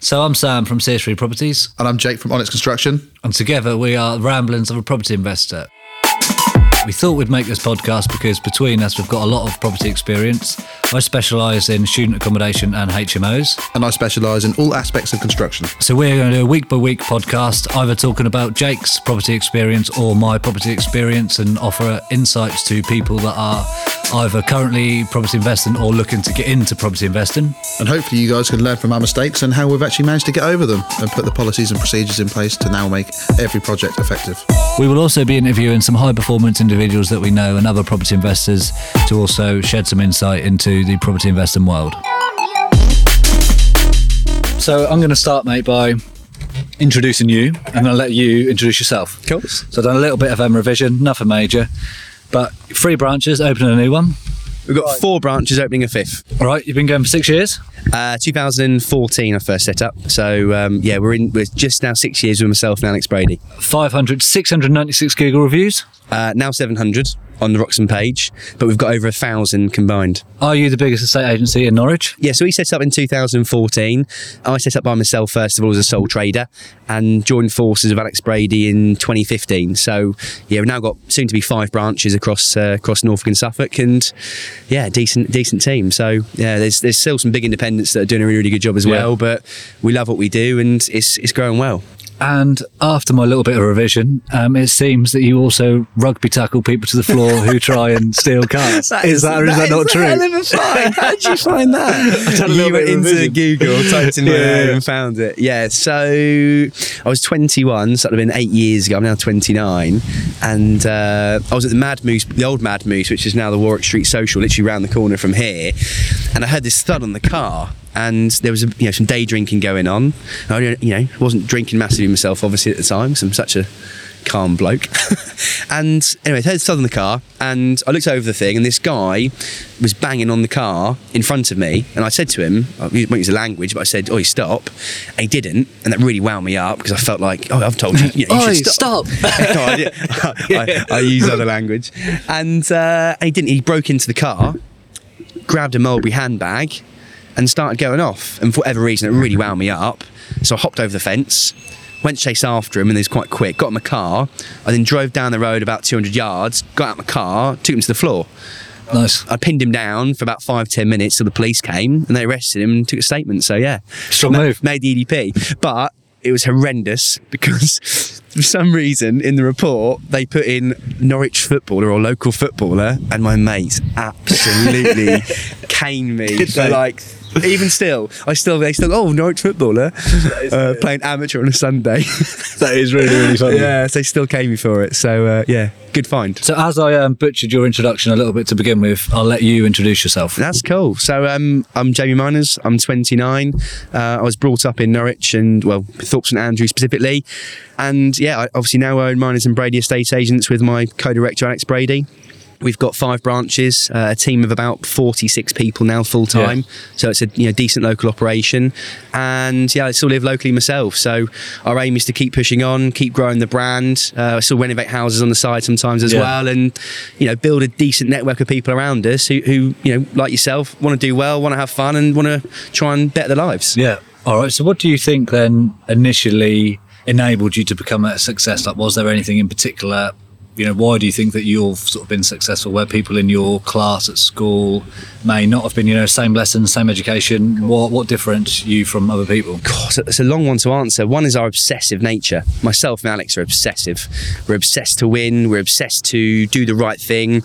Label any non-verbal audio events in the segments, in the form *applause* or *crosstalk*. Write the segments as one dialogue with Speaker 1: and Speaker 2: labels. Speaker 1: So I'm Sam from CS3 Properties,
Speaker 2: And I'm Jake from Onyx Construction.
Speaker 1: and together we are Ramblings of a Property Investor. We thought we'd make this podcast because between us we've got a lot of property experience. I specialise in student accommodation and HMOs.
Speaker 2: And I specialise in all aspects of construction.
Speaker 1: So we're going to do a week by week podcast, either talking about Jake's property experience or my property experience, and offer insights to people that are either currently property investing or looking to get into property investing.
Speaker 2: And hopefully, you guys can learn from our mistakes and how we've actually managed to get over them and put the policies and procedures in place to now make every project effective.
Speaker 1: We will also be interviewing some high performance individuals that we know and other property investors to also shed some insight into the property investing world. So I'm going to start, mate, by introducing you. I'm going to let you introduce yourself.
Speaker 3: Cool.
Speaker 1: So I've done a little bit of M revision, nothing major, but three branches, opening a new one.
Speaker 3: We've got four branches opening a fifth.
Speaker 1: All right, you've been going for six years.
Speaker 3: Uh, 2014, I first set up. So um, yeah, we're in. We're just now six years with myself and Alex Brady.
Speaker 1: 500, 696 Google reviews.
Speaker 3: Uh, now 700 on the Roxham page, but we've got over a thousand combined.
Speaker 1: Are you the biggest estate agency in Norwich?
Speaker 3: Yeah, so we set up in 2014. I set up by myself first of all as a sole trader, and joined forces with Alex Brady in 2015. So yeah, we've now got soon to be five branches across uh, across Norfolk and Suffolk, and yeah, decent decent team. So yeah, there's there's still some big independents that are doing a really, really good job as
Speaker 1: Yeah.
Speaker 3: well, but we love what we do, and it's it's growing well.
Speaker 1: And after my little bit of revision, um, it seems that you also rugby tackle people to the floor *laughs* who try and steal cars. is that or is that, not true? *laughs*
Speaker 3: How did you find that?
Speaker 1: done a little
Speaker 3: you went
Speaker 1: bit of
Speaker 3: into
Speaker 1: revision.
Speaker 3: Google, typed in
Speaker 1: *laughs*
Speaker 3: my
Speaker 1: Yeah,
Speaker 3: name
Speaker 1: yeah.
Speaker 3: and found it. Yeah. So I was 21, so that would have been eight years ago. I'm now 29, and uh, I was at the Mad Moose, the old Mad Moose, which is now the Warwick Street Social, literally round the corner from here, and I heard this thud on the car. And there was, a, you know, some day drinking going on. I, you know, wasn't drinking massively myself, obviously at the time, because I'm such a calm bloke. *laughs* and anyway, I sat on the car, and I looked over the thing, and this guy was banging on the car in front of me. And I said to him, I won't use the language, but I said, "Oi, stop!" And he didn't, and that really wound me up because I felt like, "Oh, I've told you, you, know, you
Speaker 1: Oi,
Speaker 3: should stop."
Speaker 1: stop. *laughs*
Speaker 3: *laughs* no, I, did. I, I used other language, and, uh, and he didn't. He broke into the car, grabbed a Mulberry handbag, and started going off. And for whatever reason, it really wound me up. So I hopped over the fence, went to chase after him, and he was quite quick. Got in my car. I then drove down the road about 200 yards, got out my car, took him to the floor.
Speaker 1: Nice.
Speaker 3: I pinned him down for about five, ten minutes till the police came and they arrested him and took a statement. So yeah,
Speaker 1: Strong move.
Speaker 3: Made the EDP, but it was horrendous *laughs* because for some reason in the report they put in Norwich footballer or local footballer, and my mates absolutely caned me.
Speaker 2: Did
Speaker 3: So
Speaker 2: they?
Speaker 3: like. Even still, I still they still oh Norwich footballer uh, playing amateur on a Sunday.
Speaker 2: That is really, really funny.
Speaker 3: *laughs* yeah, so they still came me for it. So uh, yeah, good find.
Speaker 1: So as I um, butchered your introduction a little bit to begin with, I'll let you introduce yourself.
Speaker 3: That's cool. So um, I'm Jamie Miners. I'm 29. Uh, I was brought up in Norwich and well Thorpe St Andrew specifically, and yeah, I obviously now own Miners and Brady Estate Agents with my co-director Alex Brady. We've got five branches, uh, a team of about 46 people now full time. So it's a you know decent local operation, and yeah, I still live locally myself. So our aim is to keep pushing on, keep growing the brand. Uh, I still renovate houses on the side sometimes as
Speaker 1: Yeah.
Speaker 3: well well and you know build a decent network of people around us who, who you know like yourself want to do well want to have fun and want to try and better their lives
Speaker 1: Yeah. All right. So what do you think then initially enabled you to become a success? Like, was there anything in particular? You know, why do you think that you've sort of been successful where people in your class at school may not have been, you know, same lessons, same education? What, what differentiates you from other people?
Speaker 3: God, it's a long one to answer. One is our obsessive nature. Myself and Alex are obsessive. We're obsessed to win. We're obsessed to do the right thing.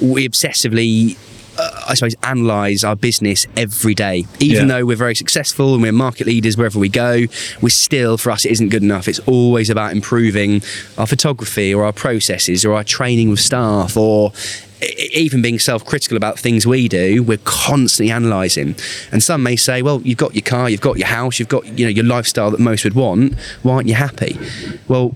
Speaker 3: We obsessively, uh, I suppose, analyze our business every day. Even
Speaker 1: Yeah.
Speaker 3: though we're very successful and we're market leaders wherever we go, we're still, for us, it isn't good enough. It's always about improving our photography or our processes or our training with staff or e- even being self-critical about things we do, we're constantly analysing. And some may say, "Well, you've got your car, you've got your house, you've got you know your lifestyle that most would want. Why aren't you happy?" Well,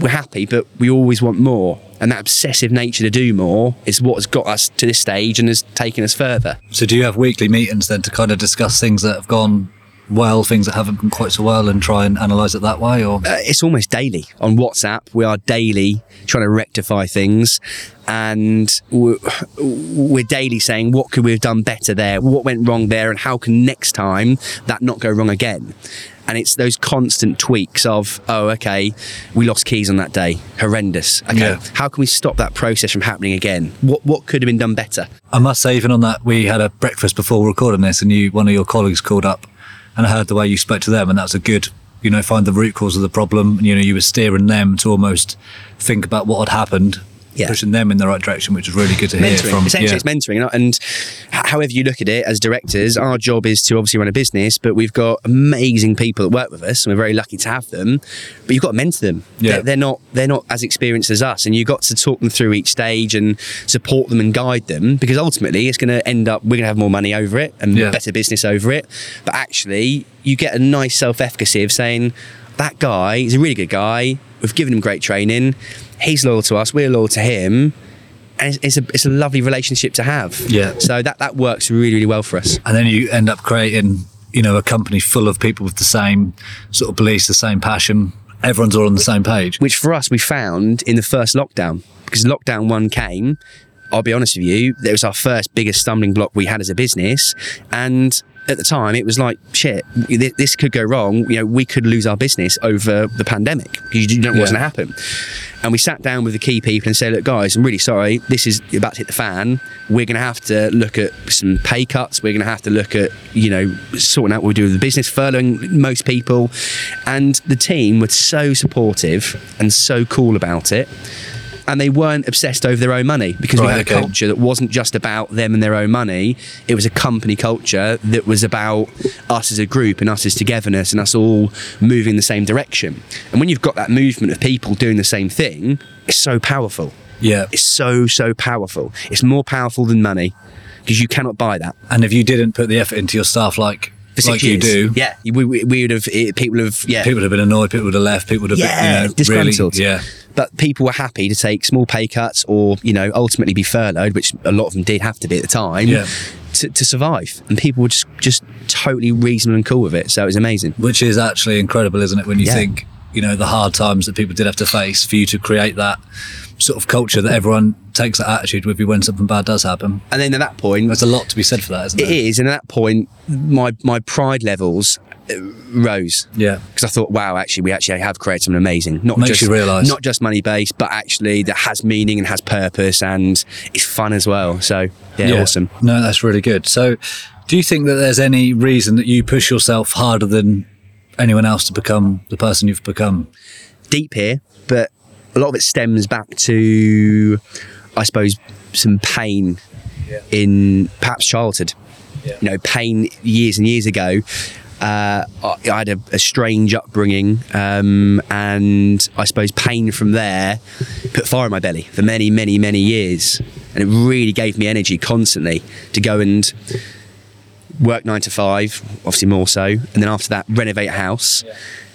Speaker 3: we're happy, but we always want more. And that obsessive nature to do more is what has got us to this stage and has taken us further.
Speaker 1: So do you have weekly meetings then to kind of discuss things that have gone well, things that haven't gone quite so well, and try and analyse it that way? Or
Speaker 3: uh, it's almost daily on WhatsApp. We are daily trying to rectify things, and we're, we're daily saying what could we have done better there, what went wrong there, and how can next time that not go wrong again. And it's those constant tweaks of, oh, okay, we lost keys on that day, horrendous. Okay,
Speaker 1: Yeah.
Speaker 3: how can we stop that process from happening again? What what could have been done better?
Speaker 1: I must say, even on that, we had a breakfast before recording this, and you, one of your colleagues, called up, and I heard the way you spoke to them, and that's a good, you know, find the root cause of the problem. And, you know, you were steering them to almost think about what had happened,
Speaker 3: Yeah.
Speaker 1: pushing them in the right direction, which was really good to hear
Speaker 3: mentoring.
Speaker 1: from.
Speaker 3: Essentially, it's mentoring, and- and h- however you look at it, as directors, our job is to obviously run a business, but we've got amazing people that work with us, and we're very lucky to have them. But you've got to mentor them.
Speaker 1: Yeah.
Speaker 3: They're, they're not they're not as experienced as us, and you've got to talk them through each stage and support them and guide them because ultimately it's going to end up we're going to have more money over it and
Speaker 1: Yeah.
Speaker 3: better business over it. But actually, you get a nice self efficacy of saying that guy is a really good guy. We've given him great training. He's loyal to us. We're loyal to him and it's, it's a it's a lovely relationship to have.
Speaker 1: Yeah.
Speaker 3: So that that works really really well for us.
Speaker 1: and then you end up creating you know a company full of people with the same sort of beliefs the same passion everyone's all on the same page
Speaker 3: Which for us we found in the first lockdown because lockdown one came. I'll be honest with you, it was our first biggest stumbling block we had as a business, and at the time it was like shit. thi- This could go wrong. You know, we could lose our business over the pandemic because you don't know what's
Speaker 1: Yeah.
Speaker 3: going to happen. And we sat down with the key people and said, look, guys, I'm really sorry. This is about to hit the fan. We're going to have to look at some pay cuts. We're going to have to look at, you know, sorting out what we do with the business, furloughing most people. And the team were so supportive and so cool about it. And they weren't obsessed over their own money because we
Speaker 1: Right,
Speaker 3: had a
Speaker 1: okay.
Speaker 3: culture that wasn't just about them and their own money. It was a company culture that was about us as a group and us as togetherness and us all moving in the same direction. And when you've got that movement of people doing the same thing, it's so powerful.
Speaker 1: yeah
Speaker 3: It's so, so powerful. It's more powerful than money because you cannot buy that.
Speaker 1: and if you didn't put the effort into your staff like
Speaker 3: For six
Speaker 1: like you
Speaker 3: years.
Speaker 1: do
Speaker 3: Yeah. We, we, we would have, it, people have, yeah.
Speaker 1: people would have been annoyed people would have left people would have
Speaker 3: yeah,
Speaker 1: been you know really
Speaker 3: disgruntled.
Speaker 1: yeah
Speaker 3: But people were happy to take small pay cuts or, you know, ultimately be furloughed, which a lot of them did have to be at the time,
Speaker 1: Yeah.
Speaker 3: to, to survive. And people were just, just totally reasonable and cool with it. So it was amazing.
Speaker 1: which is actually incredible isn't it when you
Speaker 3: Yeah.
Speaker 1: think you know the hard times that people did have to face for you to create that sort of culture that everyone takes that attitude with you when something bad does happen
Speaker 3: And then at that point,
Speaker 1: there's a lot to be said for that isn't
Speaker 3: it
Speaker 1: there
Speaker 3: is. And at that point, my, my pride levels uh, rose.
Speaker 1: yeah
Speaker 3: because I thought, wow, actually, we actually have created something amazing. Not
Speaker 1: Makes
Speaker 3: just
Speaker 1: you realise.
Speaker 3: not just money based, but actually that has meaning and has purpose and it's fun as well. So yeah, awesome.
Speaker 1: No, that's really good. So, do you think that there's any reason that you push yourself harder than anyone else to become the person you've become?
Speaker 3: Deep here, but a lot of it stems back to, I suppose, some pain in perhaps childhood. You know, pain years and years ago. Uh, I, I had a, a strange upbringing, um, and I suppose pain from there put fire in my belly for many, many, many years, and it really gave me energy constantly to go and work nine to five, obviously more so, and then after that renovate a house,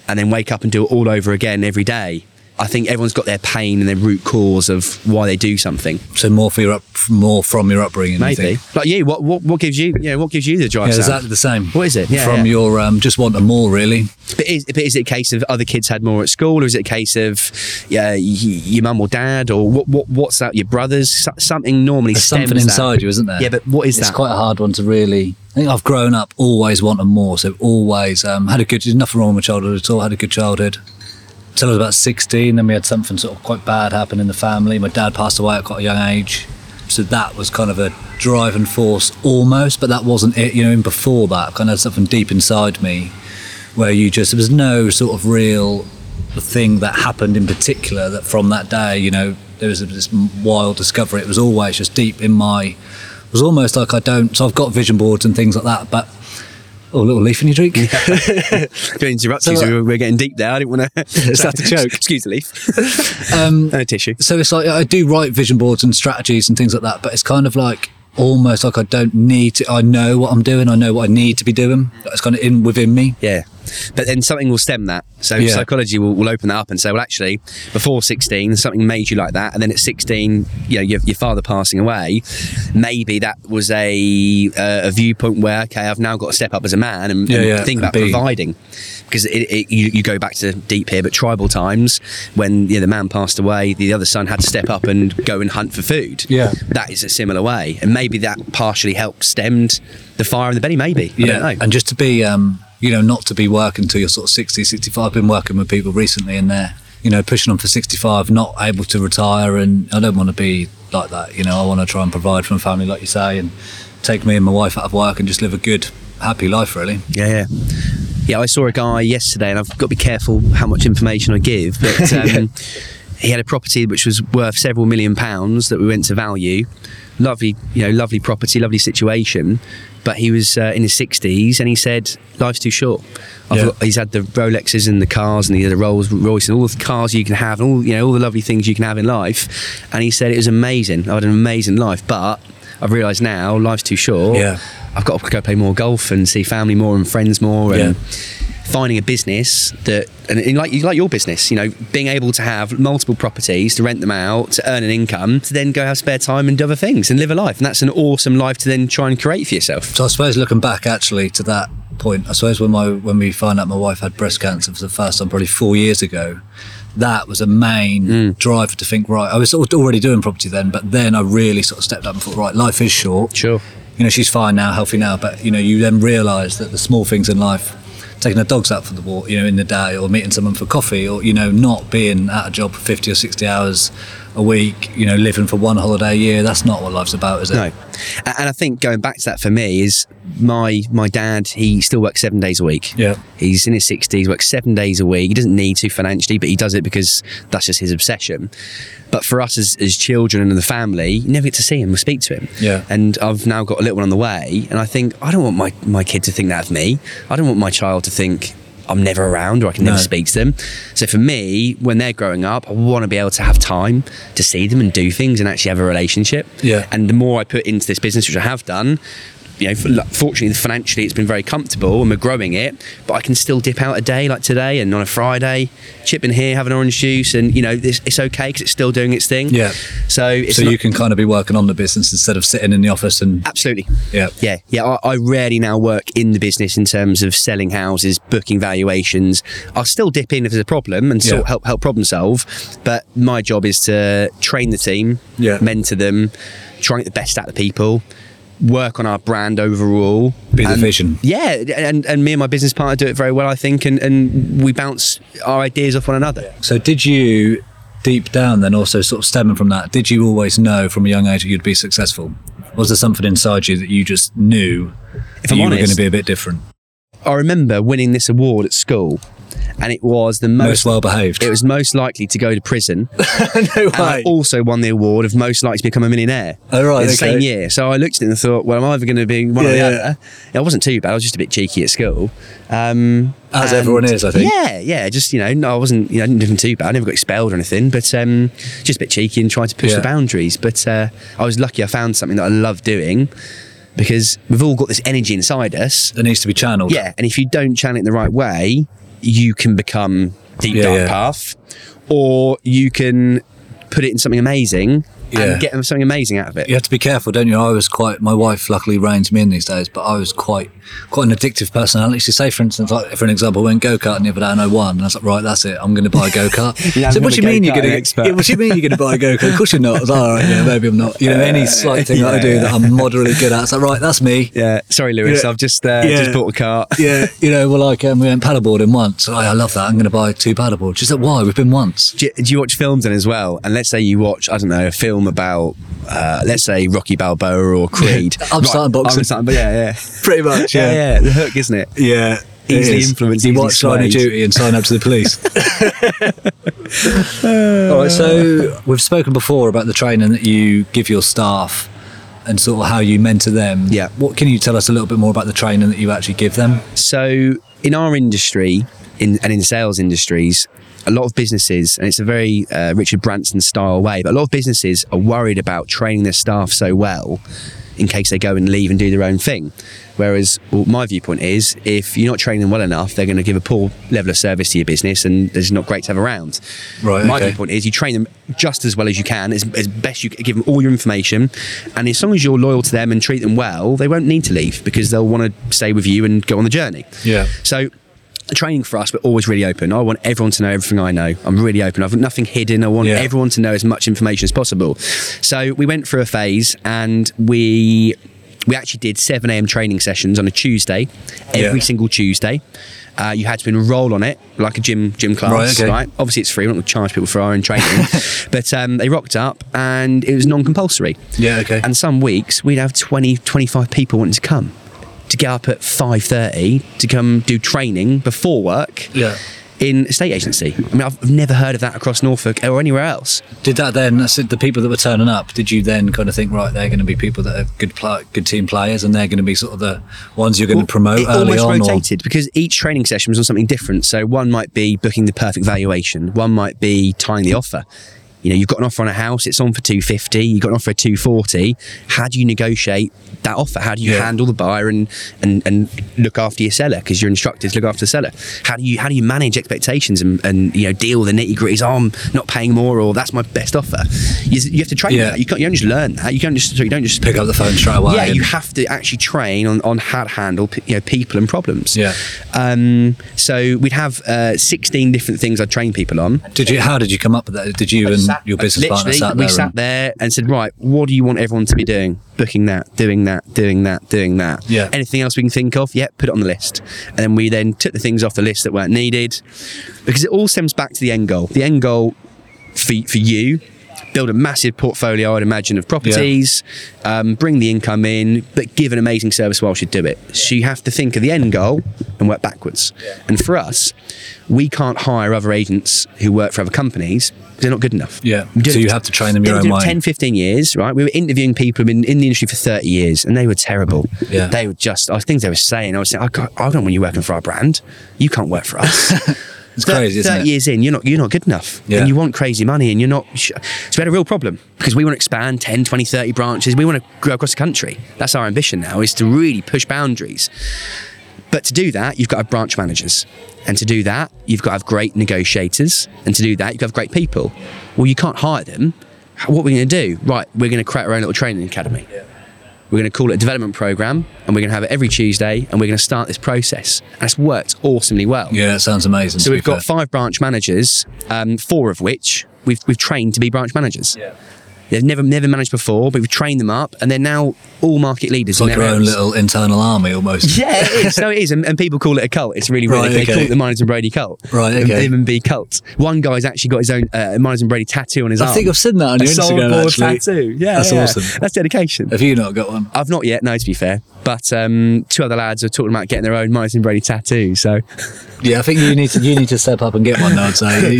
Speaker 3: and then wake up and do it all over again every day. I think everyone's got their pain and their root cause of why they do something.
Speaker 1: So more for your up, more from your upbringing. you
Speaker 3: Maybe
Speaker 1: think?
Speaker 3: like you, what what what gives you you know what gives you the drive?
Speaker 1: Yeah,
Speaker 3: Sam?
Speaker 1: exactly the same.
Speaker 3: What is it? Yeah,
Speaker 1: from
Speaker 3: yeah.
Speaker 1: your um, just wanting more, really.
Speaker 3: But is, but is it a case of other kids had more at school, or is it a case of yeah, y- your mum or dad, or what, what what's that? Your brothers? So, something normally
Speaker 1: There's
Speaker 3: stems
Speaker 1: something
Speaker 3: that.
Speaker 1: inside you, isn't there?
Speaker 3: Yeah, but what is
Speaker 1: it's
Speaker 3: that?
Speaker 1: quite a hard one to really. I think I've grown up always wanting more. So always um, had a good. There's nothing wrong with my childhood at all. Had a good childhood. Till I was about 16, then we had something sort of quite bad happen in the family. My dad passed away at quite a young age, so that was kind of a driving force almost. But that wasn't it. You know, even before that, I kind of had something deep inside me where you just there was no sort of real thing that happened in particular that from that day you know there was this wild discovery it was always just deep in my it was almost like i don't so i've got vision boards and things like that but oh a little leaf in your drink
Speaker 3: *laughs* Don't interrupt
Speaker 1: So,
Speaker 3: you. So
Speaker 1: uh,
Speaker 3: we we're, we're getting deep there. I didn't
Speaker 1: *laughs*
Speaker 3: want to
Speaker 1: Start
Speaker 3: *laughs*
Speaker 1: to choke.
Speaker 3: Excuse the
Speaker 1: *laughs*
Speaker 3: leaf.
Speaker 1: um
Speaker 3: *laughs* no tissue.
Speaker 1: so it's like i do write vision boards and strategies and things like that but it's kind of like almost like I don't need to. I know what I'm doing. I know what I need to be doing. It's kind of in within me.
Speaker 3: Yeah. But then something will stem that. So
Speaker 1: Yeah.
Speaker 3: psychology will, will open that up and say, well, actually, before 16, something made you like that. And then at 16, you know, your, your father passing away, maybe that was a, uh, a viewpoint where, okay, I've now got to step up as a man and,
Speaker 1: Yeah,
Speaker 3: and
Speaker 1: yeah,
Speaker 3: think
Speaker 1: and
Speaker 3: about
Speaker 1: be-
Speaker 3: providing. Because it, it, you, you go back to deep here, but tribal times, when you know, the man passed away, the other son had to step up and go and hunt for food.
Speaker 1: Yeah.
Speaker 3: That is a similar way. And maybe that partially helped stemmed the fire in the belly, maybe. I don't know.
Speaker 1: And just to be, um, you know, not to be working until you're sort of 60, 65. I've been working with people recently and they're, you know, pushing on for 65, not able to retire. And I don't want to be like that. You know, I want to try and provide for my family, like you say, and take me and my wife out of work and just live a good, happy life, really.
Speaker 3: Yeah, yeah. Yeah, I saw a guy yesterday, and I've got to be careful how much information I give,
Speaker 1: *laughs*
Speaker 3: but um, he had a property which was worth several million pounds that we went to value. Lovely, you know, lovely property, lovely situation. But he was uh, in his 60s and he said, Life's too short. I've
Speaker 1: Yeah.
Speaker 3: got, he's had the Rolexes and the cars and the, the Rolls Royce and all the cars you can have and all, you know, all the lovely things you can have in life. And he said, It was amazing. I had an amazing life, but I've realised now life's too short.
Speaker 1: Yeah.
Speaker 3: I've got to go play more golf and see family more and friends more and
Speaker 1: Yeah.
Speaker 3: finding a business that and, and like you like your business, you know, being able to have multiple properties to rent them out to earn an income to then go have spare time and do other things and live a life. And that's an awesome life to then try and create for yourself.
Speaker 1: So I suppose looking back actually to that point, I suppose when my when we found out my wife had breast cancer for the first time probably four years ago, that was a main driver to think right. I was sort of already doing property then, but then I really sort of stepped up and thought right, life is short.
Speaker 3: Sure.
Speaker 1: You know, she's fine now, healthy now, but you know, you then realise that the small things in life. Taking the dogs out for the walk, you know, in the day, or meeting someone for coffee, or you know, not being at a job for fifty or sixty hours a week, you know, living for one holiday a year—that's not what life's about, is it?
Speaker 3: No, A- and I think going back to that for me is my my dad. He still works seven days a week.
Speaker 1: Yeah.
Speaker 3: he's in his sixties, works seven days a week. He doesn't need to financially, but he does it because that's just his obsession. But for us as, as children and the family, you never get to see him or speak to him.
Speaker 1: Yeah.
Speaker 3: and I've now got a little one on the way, and I think I don't want my my kid to think that of me. I don't want my child to think. I'm never around, or I can never
Speaker 1: No.
Speaker 3: speak to them. So for me, when they're growing up, I want to be able to have time to see them and do things, and actually have a relationship.
Speaker 1: Yeah.
Speaker 3: And the more I put into this business, which I have done, you know, for- fortunately, financially, it's been very comfortable and we're growing it, but I can still dip out a day like today and on a Friday, chip in here, have an orange juice, and, you know, it's, it's okay because it's still doing its thing.
Speaker 1: Yeah.
Speaker 3: So it's
Speaker 1: so
Speaker 3: not-
Speaker 1: you can kind of be working on the business instead of sitting in the office and
Speaker 3: Absolutely.
Speaker 1: Yeah.
Speaker 3: Yeah. Yeah. I, I rarely now work in the business in terms of selling houses, booking valuations. I'll still dip in if there's a problem and sort
Speaker 1: Yeah.
Speaker 3: help help problem solve. But my job is to train the team,
Speaker 1: Yeah.
Speaker 3: mentor them, try and get the best out of people, work on our brand overall.
Speaker 1: be the
Speaker 3: and-
Speaker 1: vision.
Speaker 3: yeah, and, and me and my business partner do it very well, I think, and, and we bounce our ideas off one another.
Speaker 1: So did you deep down then also sort of stemming from that, did you always know from a young age that you'd be successful? Was there something inside you that you just knew
Speaker 3: If
Speaker 1: that
Speaker 3: I'm
Speaker 1: you were
Speaker 3: honest-
Speaker 1: going to be a bit different?
Speaker 3: I remember winning this award at school, and it was the most.
Speaker 1: Most well behaved.
Speaker 3: *laughs* it was most likely to go to prison.
Speaker 1: *laughs* no
Speaker 3: And *laughs* I also won the award of most likely to become a millionaire.
Speaker 1: Oh, right,
Speaker 3: in the
Speaker 1: okay.
Speaker 3: same year. So I looked at it and thought, well, I'm either going to be one or the
Speaker 1: Yeah, yeah.
Speaker 3: other. I wasn't too bad. I was just a bit cheeky at school. Um,
Speaker 1: As
Speaker 3: and-
Speaker 1: everyone is, I think.
Speaker 3: Yeah, yeah. Just you know, no, I wasn't. You know, I didn't do anything too bad. I never got expelled or anything, but um, just a bit cheeky and tried to push
Speaker 1: Yeah.
Speaker 3: the boundaries. But uh, I was lucky. I found something that I love doing because we've all got this energy inside us.
Speaker 1: That needs to be channeled.
Speaker 3: Yeah, and if you don't channel it in the right way, you can become deep
Speaker 1: Yeah,
Speaker 3: dark
Speaker 1: yeah.
Speaker 3: path, or you can put it in something amazing
Speaker 1: Yeah.
Speaker 3: and get something amazing out of it.
Speaker 1: You have to be careful, don't you? I was quite. My wife luckily reins me in these days, but I was quite, quite an addictive personality. So, say for instance, like for an example, I went go karting the other day and I won, and I was like, right, that's it. I'm going to buy a go kart.
Speaker 3: Yeah,
Speaker 1: so,
Speaker 3: I'm
Speaker 1: what do *laughs*
Speaker 3: gonna
Speaker 1: you mean you're
Speaker 3: go-karting
Speaker 1: going
Speaker 3: expert.
Speaker 1: to? What do you mean you're going to buy a go kart? Of course you're not. I was like, all right, yeah, maybe I'm not. You know, any slight thing that I do that I'm moderately good at. It's like, right, that's me. *laughs*
Speaker 3: Yeah, sorry, Lewis.
Speaker 1: Yeah.
Speaker 3: I've just uh,
Speaker 1: Yeah.
Speaker 3: just bought a cart.
Speaker 1: Yeah, you know, well, like um, we went paddleboarding once. Oh, I love that. I'm going to buy two paddleboards. She's like, why? We've been once.
Speaker 3: *laughs* Do you, do you watch films then as well? And let's say you watch, I don't know, a film about, uh, let's say Rocky Balboa or Creed.
Speaker 1: *laughs* I'm starting boxing.
Speaker 3: I'm starting, but yeah,
Speaker 1: Pretty much.
Speaker 3: yeah, yeah, yeah. The hook, isn't it?
Speaker 1: Yeah. it
Speaker 3: Easily
Speaker 1: is.
Speaker 3: influenced,
Speaker 1: You
Speaker 3: easily
Speaker 1: watch Line of
Speaker 3: swayed.
Speaker 1: Duty and sign up to the
Speaker 3: *laughs*
Speaker 1: police. All right. So we've spoken before about the training that you give your staff and sort of how you mentor them.
Speaker 3: Yeah.
Speaker 1: What can you tell us a little bit more about the training that you actually give them?
Speaker 3: So in our industry, in and in sales industries, a lot of businesses, and it's a very uh, Richard Branson style way, but a lot of businesses are worried about training their staff so well in case they go and leave and do their own thing. Whereas well, my viewpoint is if you're not training them well enough, they're going to give a poor level of service to your business and it's not great to have around.
Speaker 1: Right,
Speaker 3: My
Speaker 1: okay.
Speaker 3: viewpoint is you train them just as well as you can, as, as best you can, give them all your information. And as long as you're loyal to them and treat them well, they won't need to leave because they'll want to stay with you and go on the journey.
Speaker 1: Yeah.
Speaker 3: So training for us, we're always really open. I want everyone to know everything I know. I'm really open. I've nothing hidden. I want
Speaker 1: Yeah.
Speaker 3: everyone to know as much information as possible. So we went through a phase and we we actually did 7 a.m. training sessions on a Tuesday, every
Speaker 1: Yeah.
Speaker 3: single Tuesday. Uh, you had to enroll on it like a gym gym class,
Speaker 1: Right,
Speaker 3: right?
Speaker 1: okay.
Speaker 3: Obviously, it's free. We're not going to charge people for our
Speaker 1: *laughs*
Speaker 3: own training, but um, they rocked up and it was non-compulsory.
Speaker 1: Yeah, okay.
Speaker 3: And some weeks we'd have 20, 25 people wanting to come to get up at 5.30 to come do training before work
Speaker 1: Yeah.
Speaker 3: in a state agency. I mean, I've never heard of that across Norfolk or anywhere else.
Speaker 1: Did that then? that's it, The people that were turning up, did you then kind of think, right, they're going to be people that are good, pla good team players, and they're going to be sort of the ones you're going to promote
Speaker 3: it
Speaker 1: early
Speaker 3: almost
Speaker 1: on? or-
Speaker 3: rotated because each training session was on something different. So one might be booking the perfect valuation. One might be tying the offer. You know, you've got an offer on a house. It's on for two fifty. You've got an offer at two forty. How do you negotiate that offer? How do you
Speaker 1: Yeah.
Speaker 3: handle the buyer and and and look after your seller because your instructors look after the seller? How do you how do you manage expectations and, and you know deal with the nitty gritties? Oh, I'm not paying more, or that's my best offer. You, you have to train
Speaker 1: Yeah.
Speaker 3: that. You can't you don't just learn that. You can't just you don't just
Speaker 1: Pick up the phone straight away.
Speaker 3: yeah,
Speaker 1: and-
Speaker 3: you have to actually train on, on how to handle p- you know people and problems.
Speaker 1: Yeah.
Speaker 3: Um, so we'd have uh, sixteen different things I'd train people on.
Speaker 1: Did you? How did you come up with that? Did you and
Speaker 3: Sat-
Speaker 1: your business partner
Speaker 3: literally,
Speaker 1: sat
Speaker 3: we
Speaker 1: there?
Speaker 3: sat
Speaker 1: and-
Speaker 3: there and said, right, what do you want everyone to be doing? Booking that, doing that, doing that, doing that.
Speaker 1: Yeah.
Speaker 3: Anything else we can think of? Yeah, put it on the list. And then we then took the things off the list that weren't needed, because it all stems back to the end goal. The end goal for, for you. Build a massive portfolio, I'd imagine, of properties, um, bring the income in, but give an amazing service while you do it. So you have to think of the end goal and work backwards. And for us, we can't hire other agents who work for other companies. They're not good enough.
Speaker 1: Yeah.
Speaker 3: We did
Speaker 1: So
Speaker 3: it-
Speaker 1: you have to train them your
Speaker 3: we
Speaker 1: own
Speaker 3: did it
Speaker 1: way.
Speaker 3: 10, 15 years, right? We were interviewing people who've been in the industry for 30 years and they were terrible.
Speaker 1: Yeah.
Speaker 3: They were just, I things they were saying, I was saying, I, can't, I don't want you working for our brand. You can't work for us.
Speaker 1: *laughs* It's
Speaker 3: Thir-
Speaker 1: crazy, isn't
Speaker 3: 30
Speaker 1: it?
Speaker 3: years in, you're not you're not good enough.
Speaker 1: Yeah.
Speaker 3: And you want crazy money and you're not sh- so we had a real problem because we want to expand 10, 20, 30 branches. We want to grow across the country. That's our ambition now is to really push boundaries. But to do that, you've got to have branch managers. And to do that, you've got to have great negotiators. And to do that, you've got to have great people. Well, you can't hire them. H- What are we going to do? Right, we're going to create our own little training academy. We're going to call it a development program and we're going to have it every Tuesday and we're going to start this process. And it's worked awesomely well.
Speaker 1: Yeah, it sounds amazing.
Speaker 3: So
Speaker 1: to be
Speaker 3: we've got
Speaker 1: fair.
Speaker 3: five branch managers, um, four of which we've, we've trained to be branch managers. They've never never managed before, but we've trained them up, and they're now all market leaders.
Speaker 1: It's like
Speaker 3: in
Speaker 1: your
Speaker 3: their
Speaker 1: own
Speaker 3: areas.
Speaker 1: little internal army almost.
Speaker 3: *laughs* Yeah, it is. No, it is. And, and people call it a cult. It's really, really.
Speaker 1: Right,
Speaker 3: They
Speaker 1: okay.
Speaker 3: call it the Miners and Brady cult.
Speaker 1: Right,
Speaker 3: The
Speaker 1: okay.
Speaker 3: M and B cult. One guy's actually got his own uh, Miners and Brady tattoo on his arm.
Speaker 1: I think I've seen that on
Speaker 3: a
Speaker 1: your Instagram
Speaker 3: soulboard
Speaker 1: actually.
Speaker 3: tattoo. Yeah,
Speaker 1: That's
Speaker 3: yeah.
Speaker 1: awesome.
Speaker 3: That's dedication.
Speaker 1: Have you not got one?
Speaker 3: I've not yet, no, to be fair. But um, two other lads are talking about getting their own Miners and Brady
Speaker 1: *laughs*
Speaker 3: tattoo. So
Speaker 1: Yeah, I think you need to you need to step up and get one. I'd
Speaker 3: *laughs*
Speaker 1: say you,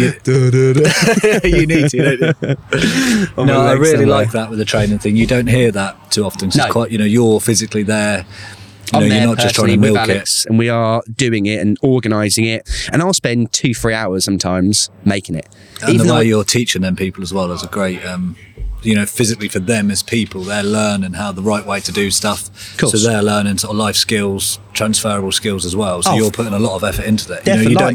Speaker 1: you need to. Don't you? *laughs*
Speaker 3: On
Speaker 1: No, I
Speaker 3: my *laughs* legs
Speaker 1: really
Speaker 3: somewhere.
Speaker 1: like that with the training thing. You don't hear that too often. 'cause
Speaker 3: No.
Speaker 1: It's quite you know you're physically there. You know,
Speaker 3: I'm
Speaker 1: you're
Speaker 3: there
Speaker 1: not just trying to
Speaker 3: personally with
Speaker 1: milk it.
Speaker 3: Alex, and we are doing it and organising it. And I'll spend two, three hours sometimes making it.
Speaker 1: And the
Speaker 3: though
Speaker 1: way
Speaker 3: I-
Speaker 1: you're teaching them people as well is a great, um, you know, physically for them as people, they're learning how the right way to do stuff.
Speaker 3: course.
Speaker 1: So they're learning sort of life skills, transferable skills as well. So
Speaker 3: Oh,
Speaker 1: you're putting a lot of effort into that.
Speaker 3: there
Speaker 1: you know,
Speaker 3: for
Speaker 1: you
Speaker 3: life.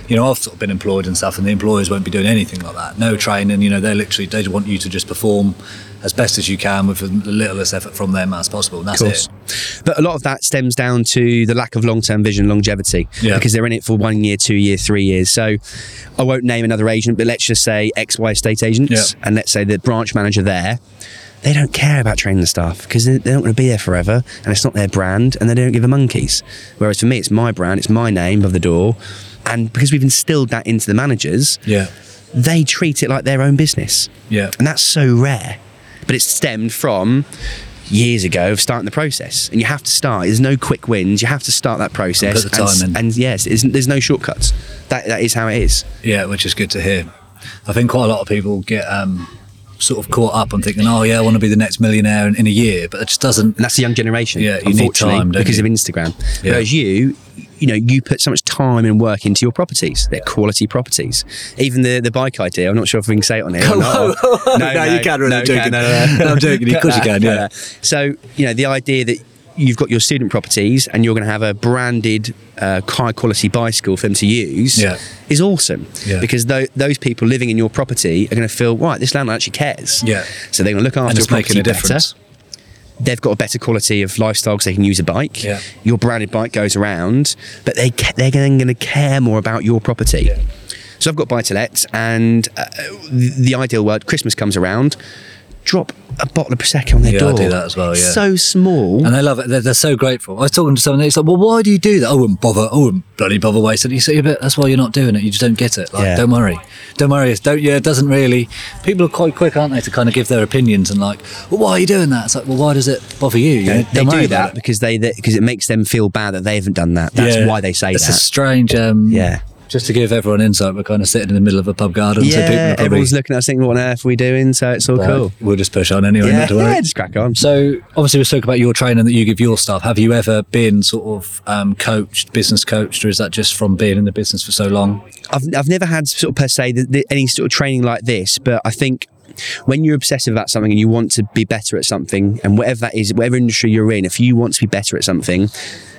Speaker 1: don't, you know, I've sort of been employed and stuff, and the employers won't be doing anything like that. No training. You know, they're literally they want you to just perform as best as you can with the littlest effort from them as possible. And that's
Speaker 3: course.
Speaker 1: it.
Speaker 3: But a lot of that stems down to the lack of long term vision, longevity,
Speaker 1: Yeah.
Speaker 3: because they're in it for one year, two year, three years. So I won't name another agent, but let's just say X, Y estate agents,
Speaker 1: Yeah.
Speaker 3: and let's say the branch manager there. They don't care about training the staff because they they don't want to be there forever, and it's not their brand, and they don't give a monkeys. Whereas for me, it's my brand, it's my name above the door, and because we've instilled that into the managers,
Speaker 1: Yeah.
Speaker 3: they treat it like their own business.
Speaker 1: Yeah.
Speaker 3: And that's so rare. But it's stemmed from years ago of starting the process. And you have to start. There's no quick wins. You have to start that process.
Speaker 1: And put the
Speaker 3: s-
Speaker 1: time in.
Speaker 3: and yes, it's, there's no shortcuts. That, that is how it is.
Speaker 1: Yeah, which is good to hear. I think quite a lot of people get um, sort of caught up and thinking, oh, yeah, I want to be the next millionaire in, in a year, but it just doesn't.
Speaker 3: And that's the young generation.
Speaker 1: Yeah, you need
Speaker 3: unfortunately,
Speaker 1: time, don't
Speaker 3: because
Speaker 1: you?
Speaker 3: of Instagram.
Speaker 1: Yeah.
Speaker 3: Whereas you, you know you put so much time and work into your properties. They're quality properties. Even the the bike idea. I'm not sure if we can say it on here. or not.
Speaker 1: Whoa, whoa, whoa. *laughs* No, you can't, really, I'm
Speaker 3: you
Speaker 1: joking. I'm joking, of course you can, yeah.
Speaker 3: *laughs* So you know the idea that you've got your student properties and you're going to have a branded uh, high quality bicycle for them to use
Speaker 1: Yeah.
Speaker 3: is awesome
Speaker 1: Yeah.
Speaker 3: because tho- those people living in your property are going to feel right this landlord actually cares
Speaker 1: Yeah.
Speaker 3: so they're going to look after
Speaker 1: and
Speaker 3: your
Speaker 1: it's
Speaker 3: property
Speaker 1: making a
Speaker 3: better
Speaker 1: difference.
Speaker 3: they've got a better quality of lifestyle because they can use a bike.
Speaker 1: Yeah.
Speaker 3: Your branded bike goes around, but they ca- they're then going to care more about your property. So I've got buy to let, and uh, the, the ideal world, Christmas comes around, drop a bottle of prosecco on their
Speaker 1: Yeah, I
Speaker 3: door.
Speaker 1: do that as well, yeah.
Speaker 3: So small.
Speaker 1: And they love it. They're, they're so grateful. I was talking to someone. He's like, "Well, why do you do that? I wouldn't bother. I wouldn't bloody bother wasting." You see, but that's why you're not doing it. You just don't get it. Like,
Speaker 3: Yeah.
Speaker 1: don't worry, don't worry. It's don't. Yeah, it doesn't really. People are quite quick, aren't they, to kind of give their opinions and like, "Well, why are you doing that?" It's like, "Well, why does it bother you?" You know,
Speaker 3: they
Speaker 1: don't worry
Speaker 3: do
Speaker 1: about
Speaker 3: that because they because it makes them feel bad that they haven't done that. That's
Speaker 1: Yeah.
Speaker 3: why they say
Speaker 1: it's
Speaker 3: that.
Speaker 1: a strange. Um,
Speaker 3: Yeah.
Speaker 1: Just to give everyone insight, we're kind of sitting in the middle of a pub garden, so people
Speaker 3: yeah,
Speaker 1: are probably.
Speaker 3: everyone's looking at us thinking, "What on earth are we doing?" So it's all
Speaker 1: Right,
Speaker 3: cool.
Speaker 1: We'll just push on anyway.
Speaker 3: Yeah,
Speaker 1: not to worry.
Speaker 3: yeah, *laughs* just crack on.
Speaker 1: So obviously we spoke about your training that you give your staff. Have you ever been sort of um, coached, business coached, or is that just from being in the business for so long?
Speaker 3: I've, I've never had sort of per se the, the, any sort of training like this, but I think when you're obsessive about something and you want to be better at something, and whatever that is, whatever industry you're in, if you want to be better at something,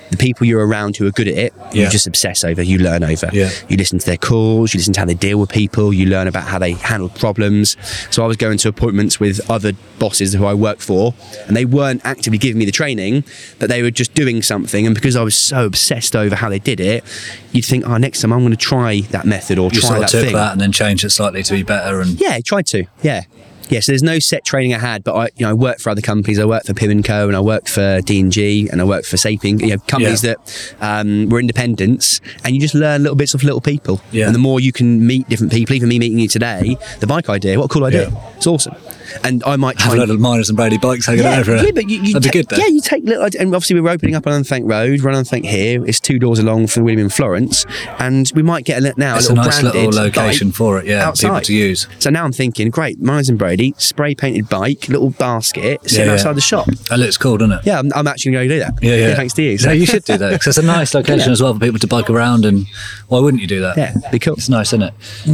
Speaker 3: the people you're around who are good at it,
Speaker 1: Yeah.
Speaker 3: you just obsess over, you learn over.
Speaker 1: Yeah.
Speaker 3: You listen to their calls, you listen to how they deal with people, you learn about how they handle problems. So I was going to appointments with other bosses who I worked for, and they weren't actively giving me the training, but they were just doing something. And because I was so obsessed over how they did it, you'd think, oh, next time I'm going to try that method or
Speaker 1: You
Speaker 3: try
Speaker 1: sort of
Speaker 3: that
Speaker 1: took
Speaker 3: thing.
Speaker 1: that and then changed it slightly to be better and
Speaker 3: Yeah, I tried to. Yeah. Yeah, so there's no set training I had, but I, you know, I worked for other companies. I worked for Pim & Co. and I worked for D&G and I worked for Saping, you know, companies
Speaker 1: Yeah.
Speaker 3: that um, were independents and you just learn little bits of little people.
Speaker 1: Yeah.
Speaker 3: And the more you can meet different people, even me meeting you today, the bike idea, what a cool idea.
Speaker 1: Yeah.
Speaker 3: It's awesome. And I might
Speaker 1: have
Speaker 3: try
Speaker 1: a
Speaker 3: and-
Speaker 1: load of miners and Brady bikes hanging out everywhere.
Speaker 3: yeah, but you, you
Speaker 1: That'd
Speaker 3: ta-
Speaker 1: be good then.
Speaker 3: Yeah, you take little, and obviously we're opening up on Unthink Road. We're on Unthink here. It's two doors along from William in Florence, and we might get a li- now
Speaker 1: It's a
Speaker 3: a little
Speaker 1: nice
Speaker 3: branded
Speaker 1: little location
Speaker 3: bike
Speaker 1: for it, yeah, for people
Speaker 3: outside.
Speaker 1: to use.
Speaker 3: So now I'm thinking, great, mine's and Brady spray painted bike, little basket sitting
Speaker 1: Yeah, yeah.
Speaker 3: outside the shop.
Speaker 1: That looks cool, doesn't it?
Speaker 3: Yeah, I'm, I'm actually going to do that.
Speaker 1: Yeah, yeah.
Speaker 3: Thanks to you.
Speaker 1: No, you should do that because it's a
Speaker 3: *laughs*
Speaker 1: nice location as well for people to bike around. And why wouldn't you do that?
Speaker 3: Yeah, be cool.
Speaker 1: It's nice, isn't it?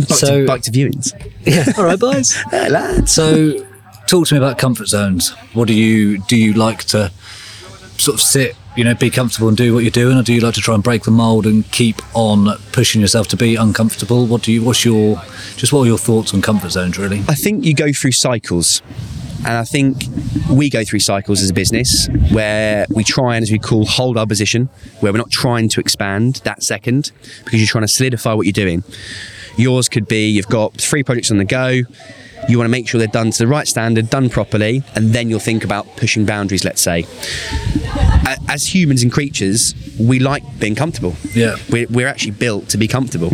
Speaker 3: Bike, to, bike to viewings.
Speaker 1: yeah, all right, boys.
Speaker 3: Hey, lads.
Speaker 1: *laughs* So, talk to me about comfort zones. What do you do? You like to sort of sit, you know, be comfortable and do what you're doing, or do you like to try and break the mold and keep on pushing yourself to be uncomfortable? What do you? What's your? Just what are your thoughts on comfort zones, really?
Speaker 3: I think you go through cycles. And I think we go through cycles as a business where we try and, as we call, hold our position, where we're not trying to expand that second because you're trying to solidify what you're doing. Yours could be you've got three projects on the go, you want to make sure they're done to the right standard, done properly, and then you'll think about pushing boundaries, let's say. A- As humans and creatures, we like being comfortable.
Speaker 1: Yeah.
Speaker 3: We're, we're actually built to be comfortable.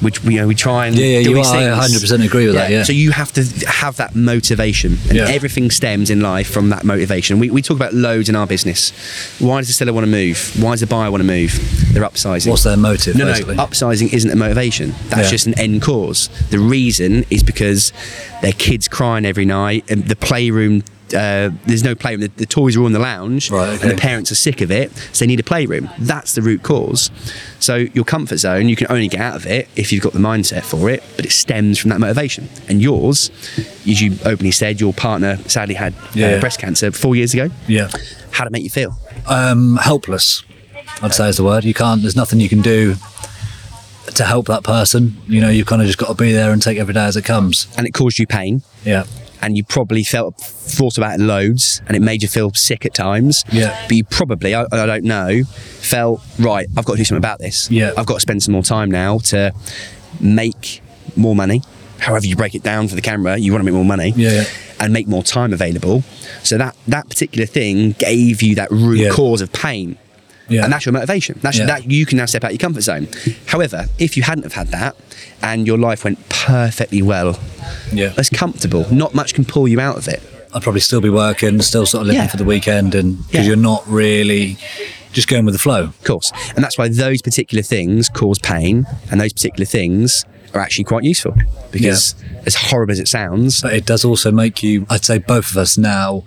Speaker 3: Which we, you know, we try and
Speaker 1: Yeah, yeah,
Speaker 3: do
Speaker 1: you
Speaker 3: these
Speaker 1: are. I
Speaker 3: things.
Speaker 1: 100% agree with that, yeah.
Speaker 3: So you have to have that motivation and
Speaker 1: Yeah.
Speaker 3: everything stems in life from that motivation we, we talk about loads in our business why does the seller want to move why does the buyer want to move they're upsizing
Speaker 1: What's their motive,
Speaker 3: no
Speaker 1: basically?
Speaker 3: no upsizing isn't a motivation that's
Speaker 1: Yeah.
Speaker 3: just an end cause the reason is because their kids crying every night and the playroom uh, there's no playroom. The, the toys are all in the lounge,
Speaker 1: Right, okay.
Speaker 3: and the parents are sick of it, so they need a playroom. That's the root cause. So your comfort zone, you can only get out of it if you've got the mindset for it, but it stems from that motivation. And yours, as you openly said, your partner sadly had
Speaker 1: Yeah.
Speaker 3: uh, breast cancer four years ago.
Speaker 1: Yeah,
Speaker 3: How to make you feel?
Speaker 1: um, helpless. I'd say is the word. You can't. There's nothing you can do to help that person. You know, you've kind of just got to be there and take every day as it comes.
Speaker 3: And it caused you pain.
Speaker 1: Yeah.
Speaker 3: and you probably felt thought about it loads and it made you feel sick at times
Speaker 1: Yeah.
Speaker 3: but you probably I, I don't know felt right I've got to do something about this
Speaker 1: Yeah.
Speaker 3: I've got to spend some more time now to make more money however you break it down for the camera you want to make more money
Speaker 1: Yeah, yeah.
Speaker 3: and make more time available so that that particular thing gave you that root
Speaker 1: Yeah.
Speaker 3: cause of pain
Speaker 1: Yeah.
Speaker 3: and that's your motivation. That's
Speaker 1: Yeah.
Speaker 3: that you can now step out your comfort zone. However, if you hadn't have had that, and your life went perfectly well,
Speaker 1: Yeah.
Speaker 3: that's comfortable. Not much can pull you out of it.
Speaker 1: I'd probably still be working, still sort of living
Speaker 3: Yeah.
Speaker 1: for the weekend, and because
Speaker 3: Yeah.
Speaker 1: you're not really just going with the flow.
Speaker 3: Of course. And that's why those particular things cause pain and those particular things are actually quite useful. Because as horrible as it sounds,
Speaker 1: But it does also make you, I'd say, both of us now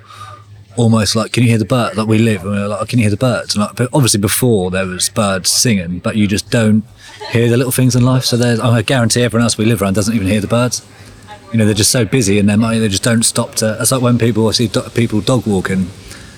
Speaker 1: almost like, can you hear the bird? Like we live, and we were like, "Oh, can you hear the birds? And like, but obviously before there was birds singing, but you just don't hear the little things in life. So there's, I guarantee everyone else we live around doesn't even hear the birds. You know, they're just so busy in their mind, they just don't stop to. It's like when people I see do, people dog walking,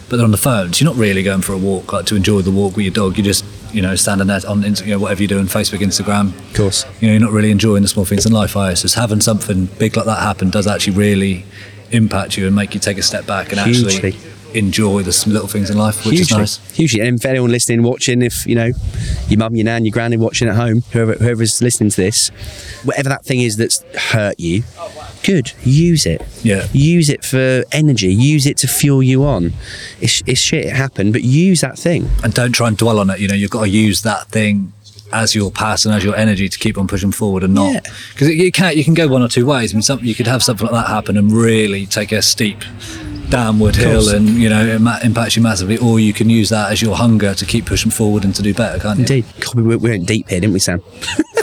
Speaker 1: but they're on the phones. You're not really going for a walk, like to enjoy the walk with your dog. You're just, you know, standing there on, Inst- you know, whatever you're doing, Facebook, Instagram,
Speaker 3: Of course.
Speaker 1: you know, you're not really enjoying the small things in life, I suppose. Having something big like that happen does actually really impact you and make you take a step back and
Speaker 3: Hugely.
Speaker 1: actually enjoy the s- little things in life, which
Speaker 3: hugely,
Speaker 1: is nice.
Speaker 3: hugely. And if anyone listening, watching, if you know your mum, your nan, your granny watching at home, whoever whoever's listening to this, whatever that thing is that's hurt you, good, use it.
Speaker 1: Yeah.
Speaker 3: use it for energy. Use it to fuel you on. It's, it's shit. It happened, but use that thing.
Speaker 1: And don't try and dwell on it. You know, you've got to use that thing as your pass and as your energy to keep on pushing forward and
Speaker 3: Yeah.
Speaker 1: not because you can you can go one or two ways. I mean, something you could have something like that happen and really take a steep downward hill, and you know it ma- impacts you massively. Or you can use that as your hunger to keep pushing forward and to do better, can't you?
Speaker 3: Indeed. God, we, went- we went deep here, didn't we, Sam?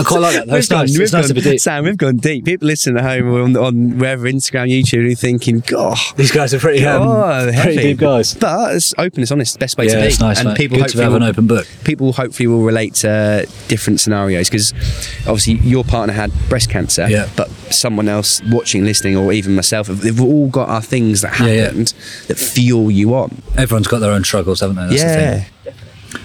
Speaker 1: I quite like that. though.
Speaker 3: We've
Speaker 1: It's
Speaker 3: gone-
Speaker 1: nice.
Speaker 3: we've
Speaker 1: It's nice to be
Speaker 3: gone-
Speaker 1: deep.
Speaker 3: Sam, we've gone deep. People listening at home on, on wherever Instagram, YouTube, are thinking, God.
Speaker 1: These guys are pretty, um,
Speaker 3: God,
Speaker 1: pretty
Speaker 3: heavy."
Speaker 1: deep guys.
Speaker 3: But it's open, it's honest, best way to
Speaker 1: Yeah,
Speaker 3: be.
Speaker 1: it's nice,
Speaker 3: and
Speaker 1: mate.
Speaker 3: people
Speaker 1: Good to
Speaker 3: hopefully
Speaker 1: have an
Speaker 3: will-
Speaker 1: open book.
Speaker 3: People hopefully will relate to different scenarios because obviously your partner had breast cancer,
Speaker 1: Yeah.
Speaker 3: but someone else watching, listening, or even myself, they've all got our things that
Speaker 1: Yeah, yeah.
Speaker 3: happened that fuel you on.
Speaker 1: Everyone's got their own struggles, haven't they? That's the thing.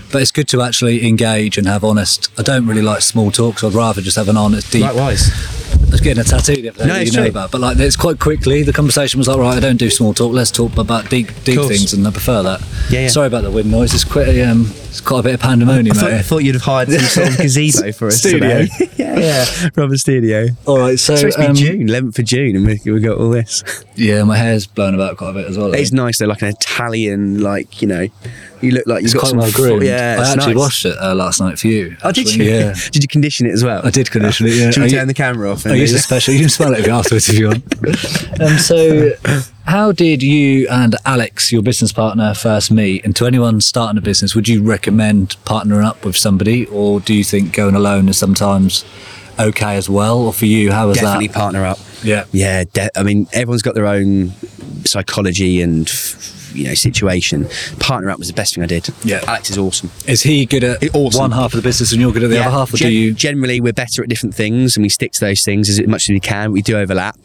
Speaker 1: But it's good to actually engage and have honest. I don't really like small talks. I'd rather just have an honest, deep.
Speaker 3: Likewise.
Speaker 1: I was getting a tattoo the other day.
Speaker 3: No,
Speaker 1: that
Speaker 3: it's
Speaker 1: you know
Speaker 3: true.
Speaker 1: about. But like, it's quite quickly. The conversation was like, right, I don't do small talk. Let's talk about deep, deep
Speaker 3: Course.
Speaker 1: things, and I prefer that.
Speaker 3: Yeah, yeah.
Speaker 1: Sorry about the wind noise. It's quite, a, um, it's quite a bit of pandemonium.
Speaker 3: I thought,
Speaker 1: out here.
Speaker 3: I thought you'd have hired some
Speaker 1: *laughs*
Speaker 3: sort of gazebo for us
Speaker 1: Studio.
Speaker 3: today. *laughs* yeah, yeah, Robert Studio.
Speaker 1: All right, so
Speaker 3: It's supposed to be
Speaker 1: um,
Speaker 3: June, 11th of June, and we, we got all this.
Speaker 1: yeah, my hair's blown about quite a bit as well. I
Speaker 3: It's
Speaker 1: think.
Speaker 3: nice though, like an Italian, like you know, you look like
Speaker 1: It's
Speaker 3: you've got
Speaker 1: quite
Speaker 3: some
Speaker 1: well groomed.
Speaker 3: Yeah, it's
Speaker 1: I actually
Speaker 3: nice.
Speaker 1: washed it uh, last night for you.
Speaker 3: Oh, did
Speaker 1: actually.
Speaker 3: you?
Speaker 1: Yeah.
Speaker 3: *laughs* did you condition it as well?
Speaker 1: I did condition it, yeah.
Speaker 3: Should
Speaker 1: Are
Speaker 3: we
Speaker 1: you-
Speaker 3: turn the camera off?
Speaker 1: I use a special. You can smell it afterwards if you want. *laughs* Um, so, how did you and Alex, your business partner, first meet? And to anyone starting a business, would you recommend partnering up with somebody, or do you think going alone is sometimes okay as well? Or for you, how was
Speaker 3: definitely
Speaker 1: that?
Speaker 3: partner up.
Speaker 1: Yeah.
Speaker 3: yeah. De- I mean, everyone's got their own psychology and you know situation. Partner up was the best thing I did.
Speaker 1: Yeah.
Speaker 3: Alex is awesome.
Speaker 1: Is he good at
Speaker 3: It- awesome.
Speaker 1: one half of the business and you're good at the
Speaker 3: Yeah,
Speaker 1: other half, or
Speaker 3: gen-
Speaker 1: do you?
Speaker 3: Generally, we're better at different things, and we stick to those things as much as we can. We do overlap,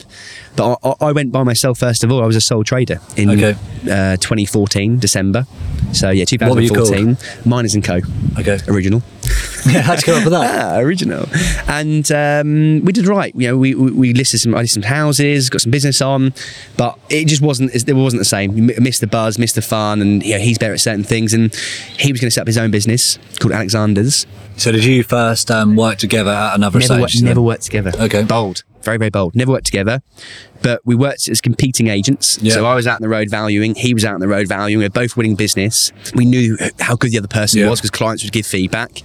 Speaker 3: but I, I- I went by myself first of all. I was a sole trader in
Speaker 1: Okay.
Speaker 3: uh, 2014 December. So yeah,
Speaker 1: were you
Speaker 3: 2014. Miners and Co.
Speaker 1: Okay. *laughs*
Speaker 3: Original.
Speaker 1: Yeah, how'd you come up with that?
Speaker 3: Ah, original. And um, we did right. You know, we, we, we listed some, I listed some houses, got some business on, but it just wasn't, it wasn't the same. You m- missed the buzz, missed the fun, and you know, he's better at certain things. And he was going to set up his own business called Alexander's.
Speaker 1: So, did you first um, work together at another
Speaker 3: Never,
Speaker 1: stage?
Speaker 3: worked,
Speaker 1: then?
Speaker 3: never worked together.
Speaker 1: Okay.
Speaker 3: Bold. Very, very bold. Never worked together, but we worked as competing agents.
Speaker 1: Yeah.
Speaker 3: So I was out on the road valuing, he was out on the road valuing. We were both winning business. We knew how good the other person
Speaker 1: Yeah.
Speaker 3: was because clients would give feedback.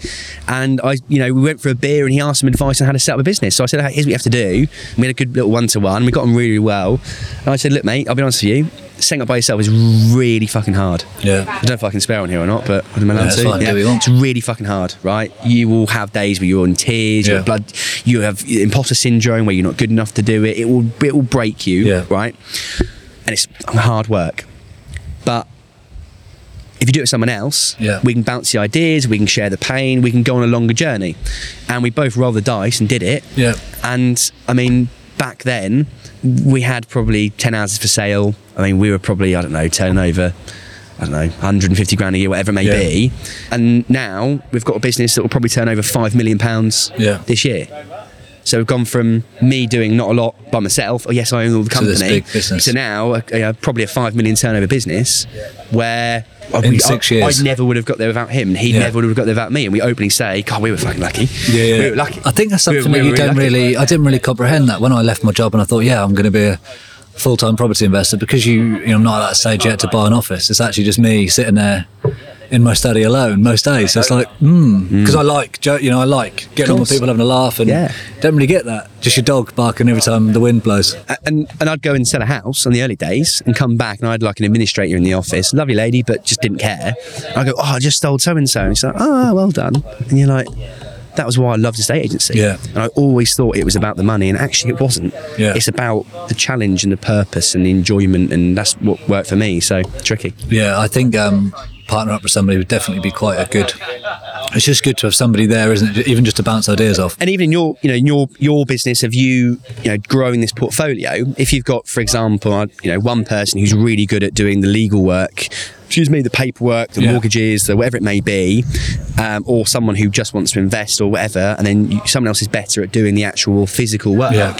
Speaker 3: And I, you know, we went for a beer and he asked some advice on how to set up a business. So I said, "Hey, here's what you have to do. We had a good little one to one. We got on really well. And I said, look, mate, I'll be honest with you, setting up by yourself is really fucking hard.
Speaker 1: Yeah.
Speaker 3: I don't know if I can swear on here or not, but I'm
Speaker 1: Yeah,
Speaker 3: allowed
Speaker 1: it's
Speaker 3: to.
Speaker 1: fine, do what you want.
Speaker 3: It's really fucking hard, right? You will have days where you're in tears, you
Speaker 1: Yeah.
Speaker 3: have blood, you have imposter syndrome where you're not good enough to do it. It will it will break you,
Speaker 1: Yeah.
Speaker 3: right? And it's hard work, but if you do it with someone else,
Speaker 1: Yeah.
Speaker 3: we can bounce the ideas, we can share the pain, we can go on a longer journey, and we both rolled the dice and did it.
Speaker 1: Yeah.
Speaker 3: And I mean, back then we had probably 10 houses for sale. I mean, we were probably, I don't know, turning over, I don't know, 150 grand a year, whatever it may
Speaker 1: Yeah.
Speaker 3: be. And now we've got a business that will probably turn over 5 million pounds
Speaker 1: Yeah.
Speaker 3: this year. So we've gone from me doing not a lot by myself, oh yes, I own all the
Speaker 1: To
Speaker 3: company,
Speaker 1: this big business.
Speaker 3: to now a, a, probably a 5 million turnover business where I,
Speaker 1: In six
Speaker 3: I,
Speaker 1: years.
Speaker 3: I never would have got there without him and he
Speaker 1: Yeah.
Speaker 3: never would have got there without me. And we openly say, God, we were fucking lucky.
Speaker 1: Yeah, yeah.
Speaker 3: We were lucky.
Speaker 1: I think that's
Speaker 3: We were-
Speaker 1: something
Speaker 3: we
Speaker 1: that
Speaker 3: were
Speaker 1: you don't
Speaker 3: lucky.
Speaker 1: really. I didn't really comprehend that when I left my job and I thought, yeah, I'm going to be a full-time property investor because you, you know, I'm not at that stage yet to buy an office. It's actually just me sitting there in my study alone most days. So it's like, hmm, because I like, jo- you know, I like getting on with
Speaker 3: course.
Speaker 1: people having a laugh and
Speaker 3: Yeah.
Speaker 1: don't really get that. Just your dog barking every time the wind blows.
Speaker 3: Uh, and and I'd go and sell a house in the early days and come back and I'd like an administrator in the office, lovely lady, but just didn't care. I go, oh, I just sold so "Ah, and so, and she's like, oh, well done, and you're like. that was why I loved estate agency.
Speaker 1: Yeah.
Speaker 3: And I always thought it was about the money, and actually it wasn't.
Speaker 1: Yeah.
Speaker 3: It's about the challenge and the purpose and the enjoyment, and that's what worked for me. So tricky.
Speaker 1: Yeah, I think um, partner up with somebody would definitely be quite a good. It's just good to have somebody there, isn't it? Even just to bounce ideas off.
Speaker 3: and even in your you know in your your business of you you know growing this portfolio if you've got for example I- you know one person who's really good at doing the legal work excuse me the paperwork the
Speaker 1: Yeah.
Speaker 3: mortgages the whatever it may be um, or someone who just wants to invest or whatever and then you, someone else is better at doing the actual physical work
Speaker 1: Yeah.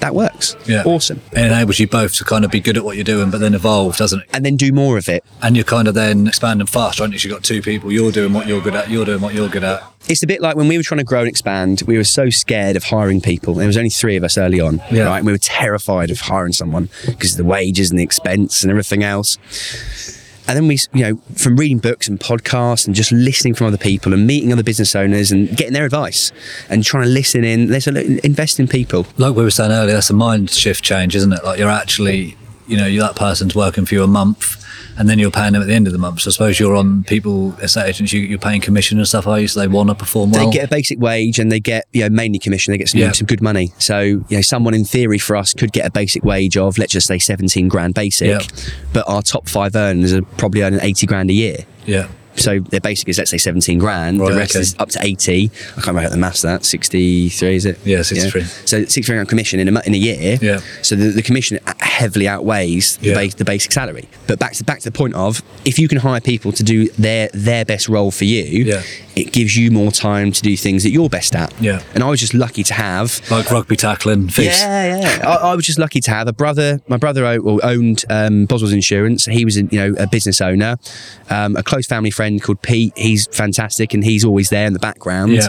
Speaker 3: that works
Speaker 1: Yeah,
Speaker 3: awesome
Speaker 1: It enables you both to kind of be good at what you're doing, but then evolve, doesn't it?
Speaker 3: and then do more of it
Speaker 1: And you're kind of then expanding fast, aren't you? 'Cause You've got two people. You're doing what you're good at. You're doing what you're good at.
Speaker 3: it's a bit like when we were trying to grow and expand, we were so scared of hiring people. There was only three of us early on,
Speaker 1: Yeah.
Speaker 3: right? And we were terrified of hiring someone because of the wages and the expense and everything else. And then we, s- you know, from reading books and podcasts and just listening from other people and meeting other business owners and getting their advice and trying to listen in, listen, invest in people.
Speaker 1: like we were saying earlier, that's a mind shift change, isn't it? Like you're actually, you know, you that person's working for you a month, and then you're paying them at the end of the month. So I suppose you're on people estate agents, you, you're paying commission and stuff. Are you? So they want to perform well.
Speaker 3: they get a basic wage and they get you know mainly commission. They get some,
Speaker 1: Yeah.
Speaker 3: some good money. So you know someone in theory for us could get a basic wage of let's just say seventeen grand basic,
Speaker 1: Yeah.
Speaker 3: but our top five earners are probably earning eighty grand a year.
Speaker 1: yeah,
Speaker 3: So their basic is let's say seventeen grand.
Speaker 1: Right,
Speaker 3: the rest
Speaker 1: okay.
Speaker 3: is up to eighty. I can't remember how the maths that sixty three is it?
Speaker 1: Yeah, 63.
Speaker 3: So sixty three grand commission in a mo- in a year.
Speaker 1: Yeah.
Speaker 3: So the, the commission a- heavily outweighs
Speaker 1: Yeah.
Speaker 3: the, base, the basic salary. But back to back to the point of if you can hire people to do their their best role for you,
Speaker 1: Yeah.
Speaker 3: it gives you more time to do things that you're best at.
Speaker 1: Yeah.
Speaker 3: And I was just lucky to have
Speaker 1: like rugby tackling, feast.
Speaker 3: yeah, yeah. I, I was just lucky to have a brother. My brother o- well, owned um, Boswell's Insurance. He was, a, you know, a business owner. Um, a close family friend called Pete. He's fantastic, and he's always there in the background.
Speaker 1: Yeah.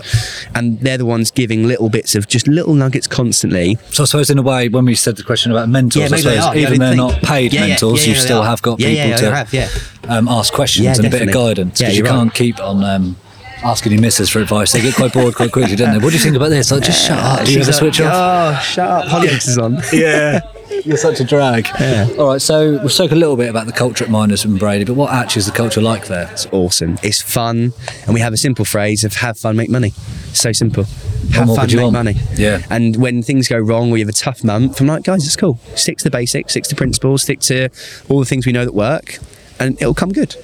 Speaker 3: And they're the ones giving little bits of just little nuggets constantly.
Speaker 1: So I suppose in a way, when we said the question about mentors, I suppose
Speaker 3: Yeah, I
Speaker 1: even they're
Speaker 3: didn't
Speaker 1: not
Speaker 3: think-
Speaker 1: paid
Speaker 3: Yeah, yeah,
Speaker 1: mentors,
Speaker 3: yeah,
Speaker 1: you
Speaker 3: yeah, they
Speaker 1: still
Speaker 3: are.
Speaker 1: have got
Speaker 3: Yeah,
Speaker 1: people
Speaker 3: yeah,
Speaker 1: to
Speaker 3: they have, yeah.
Speaker 1: um, ask questions
Speaker 3: Yeah,
Speaker 1: and a bit of
Speaker 3: definitely.
Speaker 1: guidance
Speaker 3: Yeah,
Speaker 1: because you
Speaker 3: you're right.
Speaker 1: can't keep on. Um, Asking your missus for advice, they get quite bored quite quickly, don't they? What do you think about this? Like, just shut up. *laughs* Do you
Speaker 3: She's
Speaker 1: ever
Speaker 3: like,
Speaker 1: switch off?
Speaker 3: Oh, shut up! Holidays is *laughs* on.
Speaker 1: *laughs* yeah. You're such a drag. All right, so we've spoken a little bit about the culture at Miners and Brady, but what actually is the culture like there?
Speaker 3: It's awesome. It's fun, and we have a simple phrase of "have fun, make money." So simple. Have
Speaker 1: more
Speaker 3: fun,
Speaker 1: could you
Speaker 3: make
Speaker 1: want?
Speaker 3: money.
Speaker 1: Yeah.
Speaker 3: And when things go wrong, we have a tough month. I'm like, guys, it's cool. Stick to the basics, stick to principles, stick to all the things we know that work, and it'll come good.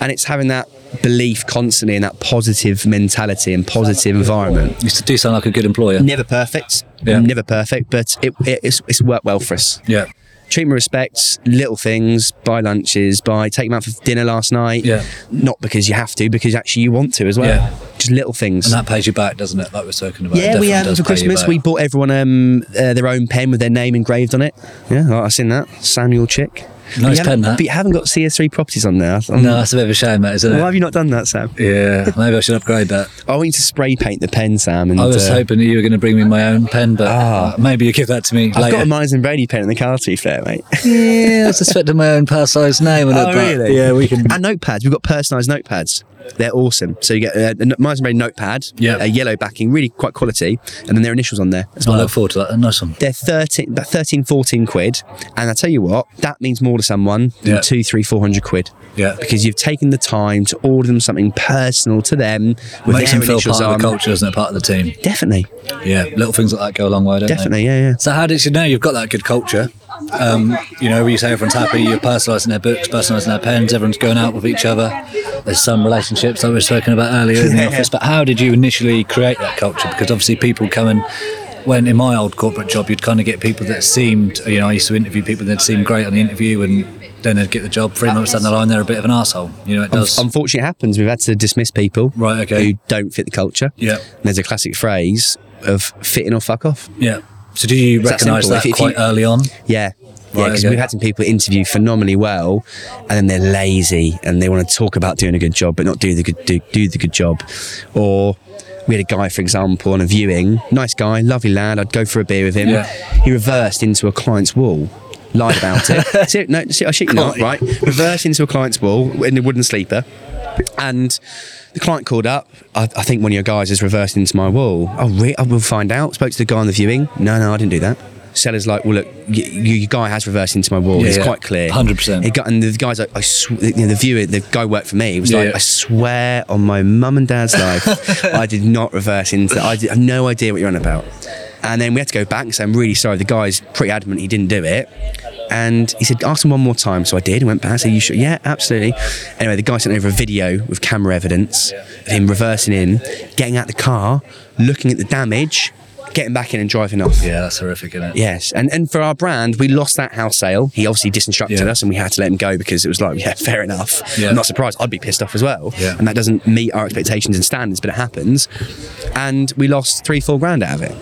Speaker 3: And it's having that belief constantly in that positive mentality and positive environment.
Speaker 1: You do sound like a good employer.
Speaker 3: Never perfect.
Speaker 1: Yeah.
Speaker 3: Never perfect, but it, it, it's, it's worked well for us
Speaker 1: Yeah.
Speaker 3: treat me with respect, little things, buy lunches, buy take them out for dinner last night.
Speaker 1: Yeah.
Speaker 3: Not because you have to, because actually you want to as well.
Speaker 1: Yeah.
Speaker 3: Just little things.
Speaker 1: And that pays you back, doesn't it? Like we're talking about. It
Speaker 3: yeah, we
Speaker 1: definitely
Speaker 3: had
Speaker 1: does
Speaker 3: for
Speaker 1: pay you
Speaker 3: Christmas.
Speaker 1: back.
Speaker 3: We bought everyone um, uh, their own pen with their name engraved on it. Yeah, I- I seen that Samuel Chick. But you
Speaker 1: Nice
Speaker 3: haven't-
Speaker 1: pen, that.
Speaker 3: But you haven't got CS3 properties on there. I'm-
Speaker 1: No, that's a bit of a shame, that, isn't
Speaker 3: Why
Speaker 1: it?
Speaker 3: have you not done that, Sam?
Speaker 1: Yeah, maybe I should upgrade
Speaker 3: *laughs*
Speaker 1: that.
Speaker 3: I want you to spray paint the pen, Sam. And,
Speaker 1: I was
Speaker 3: uh,
Speaker 1: hoping that you were going to bring me my own pen, but
Speaker 3: Ah.
Speaker 1: uh, maybe you give that to me
Speaker 3: I've
Speaker 1: later.
Speaker 3: got a Myers and Brady pen in the car, to be fair, mate.
Speaker 1: yeah, I suspected my own personalised name.
Speaker 3: Oh,
Speaker 1: and all that. Yeah, we can.
Speaker 3: And notepads. We've got personalised notepads. They're awesome. So you get uh, a, a Myers and Brady notepad,
Speaker 1: Yeah.
Speaker 3: a yellow backing, really quite quality, and then their initials on there as
Speaker 1: I
Speaker 3: well.
Speaker 1: look forward to that. Nice one.
Speaker 3: They're 13, about 13, 14 quid. And I tell you what, that means more to someone than
Speaker 1: Yeah.
Speaker 3: two, three, four hundred quid.
Speaker 1: Yeah.
Speaker 3: Because you've taken the time to order them something personal to them with
Speaker 1: Makes
Speaker 3: their
Speaker 1: them feel
Speaker 3: initials
Speaker 1: part of
Speaker 3: on.
Speaker 1: the culture, doesn't it? Part of the team.
Speaker 3: Definitely.
Speaker 1: Yeah, little things like that go a long way, don't they?
Speaker 3: Definitely. Yeah, yeah.
Speaker 1: So how did you know you've got that good culture? Um, you know, you say everyone's happy, you're personalising their books, personalising their pens, everyone's going out with each other. There's some relationships that we were talking about earlier in the
Speaker 3: *laughs*
Speaker 1: office, but how did you initially create that culture? Because obviously people come and when in my old corporate job, you'd kind of get people that seemed, you know, I used to interview people that seemed great on the interview and then they'd get the job three months down the line, they're a bit of an asshole. You know, it does.
Speaker 3: Unfortunately, it happens. We've had to dismiss people
Speaker 1: Right, okay.
Speaker 3: who don't fit the culture.
Speaker 1: Yeah.
Speaker 3: And there's a classic phrase of fit in or fuck off.
Speaker 1: yeah. So do you
Speaker 3: that
Speaker 1: recognise
Speaker 3: simple.
Speaker 1: that
Speaker 3: If- if you-
Speaker 1: quite early on?
Speaker 3: Yeah. Yeah,
Speaker 1: Right,
Speaker 3: because
Speaker 1: okay.
Speaker 3: we've had some people interview phenomenally well, and then they're lazy and they want to talk about doing a good job, but not do the good do, do the good job. Or we had a guy, for example, on a viewing, nice guy, lovely lad. I'd go for a beer with him.
Speaker 1: Yeah.
Speaker 3: He reversed into a client's wall, lied about *laughs* it. Ser- no, ser- I shit you not, right? Reversed into a client's wall in a wooden sleeper, and the client called up. I, I think oh, one of your guys has reversed into my wall. Oh, re- I will find out. Spoke to the guy on the viewing. No, no, I didn't do that. seller's like, well, look, y- your guy has reversed into my wall.
Speaker 1: Yeah,
Speaker 3: it's
Speaker 1: yeah.
Speaker 3: quite clear.
Speaker 1: 100%.
Speaker 3: He got, and the guy's like, I sw- you know, the viewer, the guy worked for me. He was
Speaker 1: Yeah,
Speaker 3: like,
Speaker 1: yeah.
Speaker 3: I swear on my mum and
Speaker 1: *laughs*
Speaker 3: dad's life, I did not reverse into that. I, did- I have no idea what you're on about. And then we had to go back and say, I'm really sorry. The guy's pretty adamant he didn't do it. And he said, ask him one more time. So I did. I went back and said, you sure? Yeah, absolutely. Anyway, the guy sent over a video with camera evidence of him reversing in, getting out the car, looking at the damage, getting back in and driving off.
Speaker 1: Yeah, that's horrific, isn't it?
Speaker 3: Yes, and and for our brand, we lost that house sale. He obviously disinstructed
Speaker 1: Yeah.
Speaker 3: us, and we had to let him go because it was like, yeah, fair enough.
Speaker 1: Yeah.
Speaker 3: I'm not surprised. I'd be pissed off as well.
Speaker 1: Yeah.
Speaker 3: And that doesn't meet our expectations and standards, but it happens. And we lost three, four grand out of it.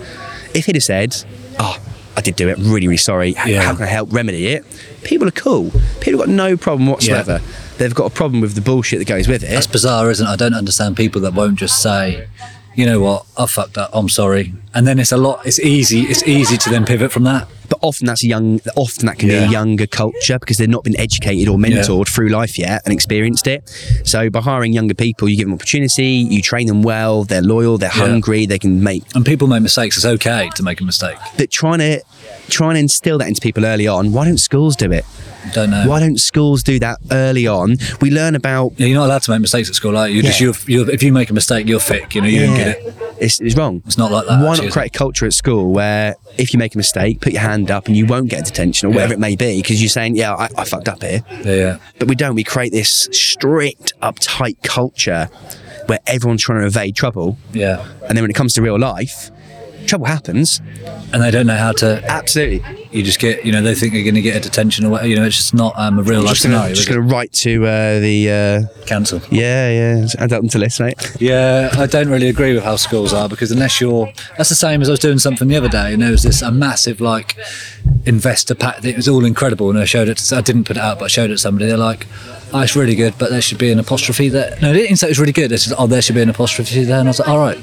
Speaker 3: If he'd have said, "Oh, I did do it. Really, really sorry. H-
Speaker 1: Yeah.
Speaker 3: How can I help remedy it?" People are cool. People have got no problem whatsoever. They've got a problem with the bullshit that goes with it.
Speaker 1: That's bizarre, isn't it? I don't understand people that won't just say, you know what, I fucked up, I'm sorry. And then it's a lot, it's easy, it's easy to then pivot from that.
Speaker 3: but often that's a young often that can be
Speaker 1: Yeah.
Speaker 3: a younger culture because they've not been educated or mentored through life yet and experienced it so by hiring younger people you give them opportunity you train them well they're loyal they're
Speaker 1: Yeah.
Speaker 3: hungry they can make
Speaker 1: And people make mistakes, it's okay to make a mistake.
Speaker 3: but trying to trying to instill that into people early on why don't schools do it
Speaker 1: Don't know.
Speaker 3: why don't schools do that early on we learn about
Speaker 1: Yeah, you're not allowed to make mistakes at school, are you? You're
Speaker 3: Yeah.
Speaker 1: Just, you're, you're, if you make a mistake, you're thick. You know, you don't get it.
Speaker 3: It's, it's wrong.
Speaker 1: It's not like that,
Speaker 3: Why
Speaker 1: actually,
Speaker 3: not
Speaker 1: is it?
Speaker 3: create a culture at school where if you make a mistake, put your hand up and you won't get detention or whatever
Speaker 1: Yeah.
Speaker 3: it may be because you're saying, yeah, I, I fucked up here.
Speaker 1: Yeah, yeah.
Speaker 3: But we don't. We create this strict, uptight culture where everyone's trying to evade trouble.
Speaker 1: yeah.
Speaker 3: And then when it comes to real life, trouble happens.
Speaker 1: And they don't know how to.
Speaker 3: Absolutely.
Speaker 1: You just get, you know, they think they're going to get a detention or whatever. You know, it's just not um, a real life
Speaker 3: just gonna,
Speaker 1: scenario.
Speaker 3: just
Speaker 1: Just
Speaker 3: gonna write to uh, the uh,
Speaker 1: cancel.
Speaker 3: yeah, yeah. just Add that onto the list, mate.
Speaker 1: Yeah, I don't really agree with how schools are because unless you're, that's the same as I was doing something the other day and there was this a massive like investor pack. It was all incredible and I showed it. To, I didn't put it out, but I showed it to somebody. They're like, "Oh, it's really good, but there should be an apostrophe there." No, they didn't say it was really good. They said, "Oh, there should be an apostrophe there," and I was like, "All right,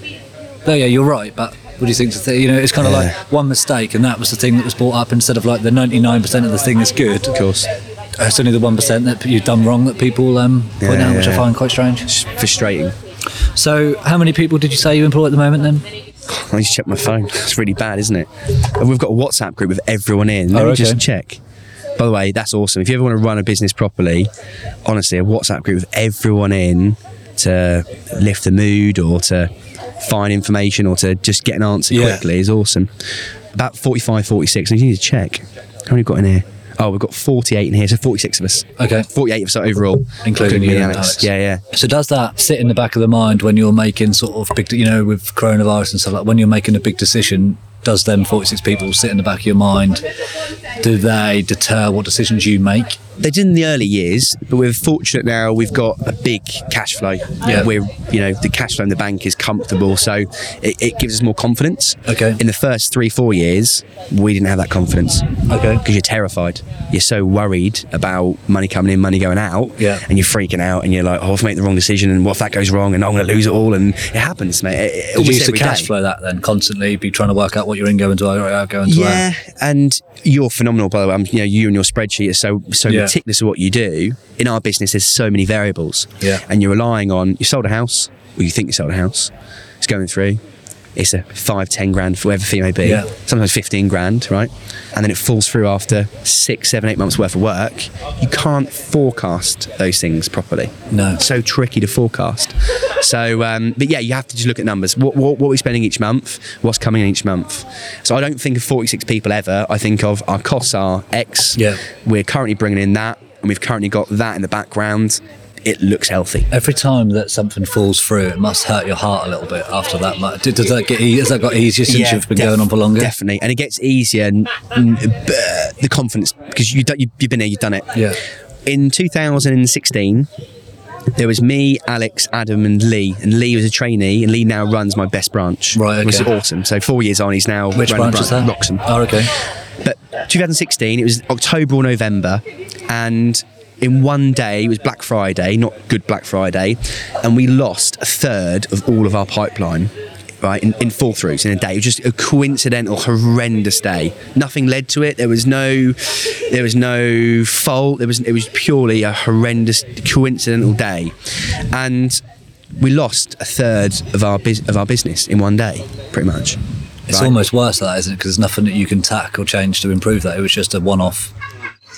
Speaker 1: no, yeah, you're right, but." What do you think? to the- You know, it's kind of
Speaker 3: Yeah.
Speaker 1: like one mistake, and that was the thing that was brought up instead of like the 99% of the thing is good. Of
Speaker 3: course.
Speaker 1: It's only the 1% that you've done wrong that people um, point
Speaker 3: Yeah,
Speaker 1: out, which I
Speaker 3: yeah.
Speaker 1: find quite strange.
Speaker 3: It's frustrating.
Speaker 1: So, how many people did you say you employ at the moment then?
Speaker 3: I need to check my phone. *laughs* It's really bad, isn't it? And we've got a WhatsApp group with everyone in. Let
Speaker 1: Oh,
Speaker 3: me
Speaker 1: okay.
Speaker 3: just check. By the way, that's awesome. If you ever want to run a business properly, honestly, a WhatsApp group with everyone in to lift the mood or to find information or to just get an answer
Speaker 1: Yeah.
Speaker 3: quickly is awesome. About 45, 46. I need to check. How many have we got in here? Oh, we've got 48 in here, so 46 of us.
Speaker 1: Okay.
Speaker 3: 48 of us overall.
Speaker 1: Including you
Speaker 3: me
Speaker 1: and Alex.
Speaker 3: Yeah, yeah.
Speaker 1: So, does that sit in the back of the mind when you're making sort of big, you know, with coronavirus and stuff like when you're making a big decision? Does them 46 people sit in the back of your mind? Do they deter what decisions you make?
Speaker 3: they did in the early years, but we're fortunate now. We've got a big cash flow.
Speaker 1: Yeah.
Speaker 3: we're you know the cash flow in the bank is comfortable, so it, it gives us more confidence.
Speaker 1: Okay.
Speaker 3: In the first three four years, we didn't have that confidence.
Speaker 1: Okay.
Speaker 3: Because you're terrified. You're so worried about money coming in, money going out.
Speaker 1: Yeah.
Speaker 3: And you're freaking out, and you're like, oh, I've made the wrong decision, and what if that goes wrong, and I'm going to lose it all, and it happens, mate. It, it,
Speaker 1: Did you
Speaker 3: almost
Speaker 1: used to
Speaker 3: every
Speaker 1: cash
Speaker 3: day.
Speaker 1: flow that then constantly, be trying to work out what your ingoings were, your outgoings
Speaker 3: Yeah, and you're phenomenal by the way. I'm, you know, you and your spreadsheet are so so
Speaker 1: Yeah.
Speaker 3: meticulous of what you do. In our business, there's so many variables.
Speaker 1: Yeah.
Speaker 3: and you're relying on you sold a house, or you think you sold a house. It's going through. It's a five, ten grand for whatever fee may be.
Speaker 1: Yeah.
Speaker 3: Sometimes fifteen grand, right? And then it falls through after six, seven, eight months worth of work. You can't forecast those things properly
Speaker 1: were. No.
Speaker 3: so tricky to forecast. So, um, but yeah, you have to just look at numbers. What, what, what are we spending each month? What's coming in each month? So I don't think of 46 people ever. I think of our costs are X.
Speaker 1: Yeah.
Speaker 3: We're currently bringing in that, and we've currently got that in the background. It looks healthy.
Speaker 1: Every time that something falls through, it must hurt your heart a little bit after that. mu- Did- Does that get? e- Has that got easier since
Speaker 3: Yeah,
Speaker 1: you've been
Speaker 3: def-
Speaker 1: going on for longer?
Speaker 3: Definitely, and it gets easier. n- n- b- the confidence because you, do- you you've been there, you've done it.
Speaker 1: Yeah.
Speaker 3: In 2016, there was me, Alex, Adam, and Lee, and Lee was a trainee, and Lee now runs my best branch.
Speaker 1: Right,
Speaker 3: It was
Speaker 1: okay.
Speaker 3: awesome. So four years on, he's now
Speaker 1: Which
Speaker 3: running
Speaker 1: branch is that?
Speaker 3: Bran- Wroxham.
Speaker 1: Oh, okay.
Speaker 3: But 2016, it was October or November, and in one day, it was Black Friday, not Good Black Friday, and we lost a third of all of our pipeline, right, in, in fall throughs in a day. It was just a coincidental, horrendous day. Nothing led to it. There was no, there was no fault. There was, it was purely a horrendous, coincidental day, and we lost a third of our bus- of our business in one day, pretty much.
Speaker 1: It's
Speaker 3: Right.
Speaker 1: almost worse than that, isn't it? Because there's nothing that you can tack or change to improve that. It was just a one-off.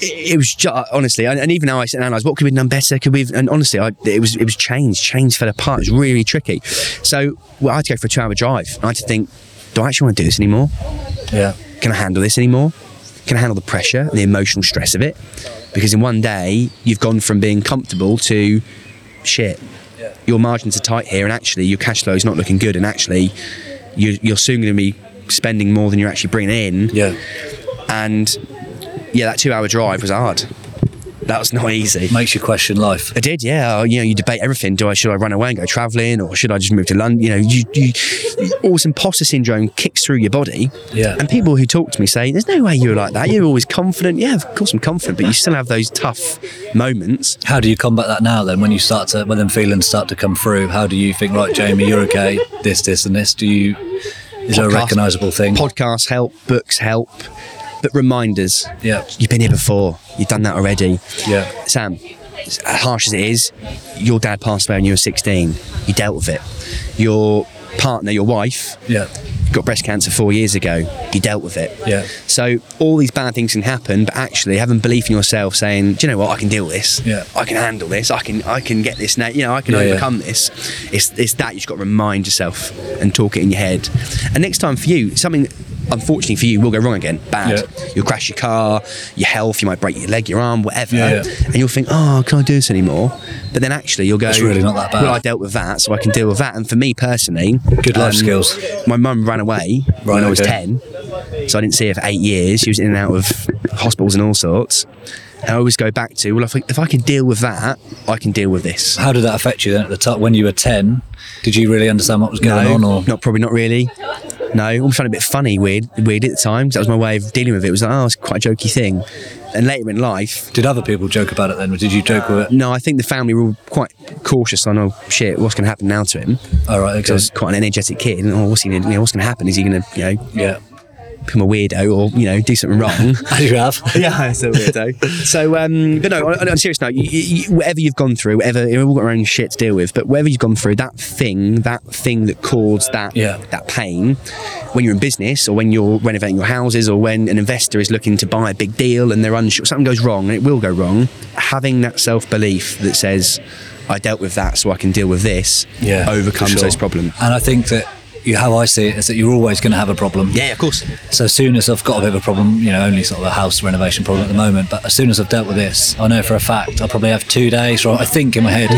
Speaker 3: it, it was ju- honestly, and, and even now I sit and analyse what could we have done better. Could we? Have, and honestly, I, it was it was changed. Change fell apart. It was really tricky. So well, I had to go for a two-hour drive. And I had to think, do I actually want to do this anymore?
Speaker 1: Yeah.
Speaker 3: Can I handle this anymore? Can I handle the pressure and the emotional stress of it? Because in one day, you've gone from being comfortable to shit. Your margins are tight here, and actually, your cash flow is not looking good. And actually, you're, you're soon going to be spending more than you're actually bringing in
Speaker 1: Yeah.
Speaker 3: and yeah, that two-hour drive was hard. That was not easy.
Speaker 1: Makes you question life.
Speaker 3: I did, yeah. I- You know, you debate everything. Do I should I run away and go travelling, or should I just move to London? You know, you, you all this imposter syndrome kicks through your body.
Speaker 1: Yeah.
Speaker 3: And people who talk to me say, "There's no way you were like that. You're always confident." Yeah, of course I'm confident, but you still have those tough moments.
Speaker 1: How do you combat that now then? When you start to, when them feelings start to come through, how do you think, right, Jamie, you're okay, this, this, and this? Do you, is there a
Speaker 3: Podcast-
Speaker 1: recognisable thing?
Speaker 3: Podcasts help, books help, but reminders.
Speaker 1: Yeah.
Speaker 3: You've been here before. You've done that already.
Speaker 1: Yeah.
Speaker 3: Sam, as harsh as it is, your dad passed away when you were 16. You dealt with it. Your partner, your wife,
Speaker 1: Yeah.
Speaker 3: got breast cancer four years ago. You dealt with it.
Speaker 1: Yeah.
Speaker 3: So all these bad things can happen, but actually having belief in yourself, saying, "Do you know what? I can deal with this.
Speaker 1: Yeah.
Speaker 3: I can handle this. I can. I can get this. Now, you know, I can
Speaker 1: Yeah, yeah.
Speaker 3: overcome this." It's it's that you've got to remind yourself and talk it in your head. And next time for you, something unfortunately for you will go wrong again. Bad.
Speaker 1: Yeah.
Speaker 3: You'll crash your car, your health. You might break your leg, your arm, whatever.
Speaker 1: Yeah, yeah.
Speaker 3: And you'll think, "Oh, can I do this anymore?" But then actually you'll go,
Speaker 1: It's really not that bad.
Speaker 3: Well, I dealt with that, so I can deal with that. And for me personally, um,
Speaker 1: Good life skills.
Speaker 3: My mum ran away when
Speaker 1: Right,
Speaker 3: I was
Speaker 1: okay.
Speaker 3: ten. So I didn't see her for eight years. She was in and out of hospitals and all sorts. And I always go back to, well, if I, if I can deal with that, I can deal with this.
Speaker 1: How did that affect you then at the time? When you were 10, did you really understand what was going on or?
Speaker 3: not probably not really. No, I almost found it a bit funny, weird, weird at the time. 'cause That was my way of dealing with it. It was like, oh, it's quite a jokey thing. And later in life,
Speaker 1: Did other people joke about it then, or did you joke with it?
Speaker 3: no, I think the family were all quite cautious on, oh shit, what's going to happen now to him?
Speaker 1: All right,
Speaker 3: Because
Speaker 1: okay.
Speaker 3: I was quite an energetic kid, and oh, what's he gonna, you know, what's going to happen? Is he going to, you know,
Speaker 1: Yeah. *laughs*
Speaker 3: become a weirdo or you know, do something wrong?
Speaker 1: As you have.
Speaker 3: *laughs* yeah, it's a weirdo. so, um, but no, on, on a serious note, you, you, you- whatever you've gone through, whatever we've all got our own shit to deal with, but whatever you've gone through, that thing, that thing that caused that
Speaker 1: Yeah.
Speaker 3: that pain, when you're in business or when you're renovating your houses or when an investor is looking to buy a big deal and they're unsure, something goes wrong and it will go wrong. Having that self belief that says, "I dealt with that, so I can deal with this,"
Speaker 1: Yeah.
Speaker 3: overcomes
Speaker 1: for sure.
Speaker 3: those problems.
Speaker 1: And I think that you, how I see it is that you're always going to have a problem.
Speaker 3: Yeah, of course.
Speaker 1: So as soon as I've got a bit of a problem, you know, only sort of a house renovation problem at the moment, but as soon as I've dealt with this, I know for a fact I'll probably have two days, right? I think in my head,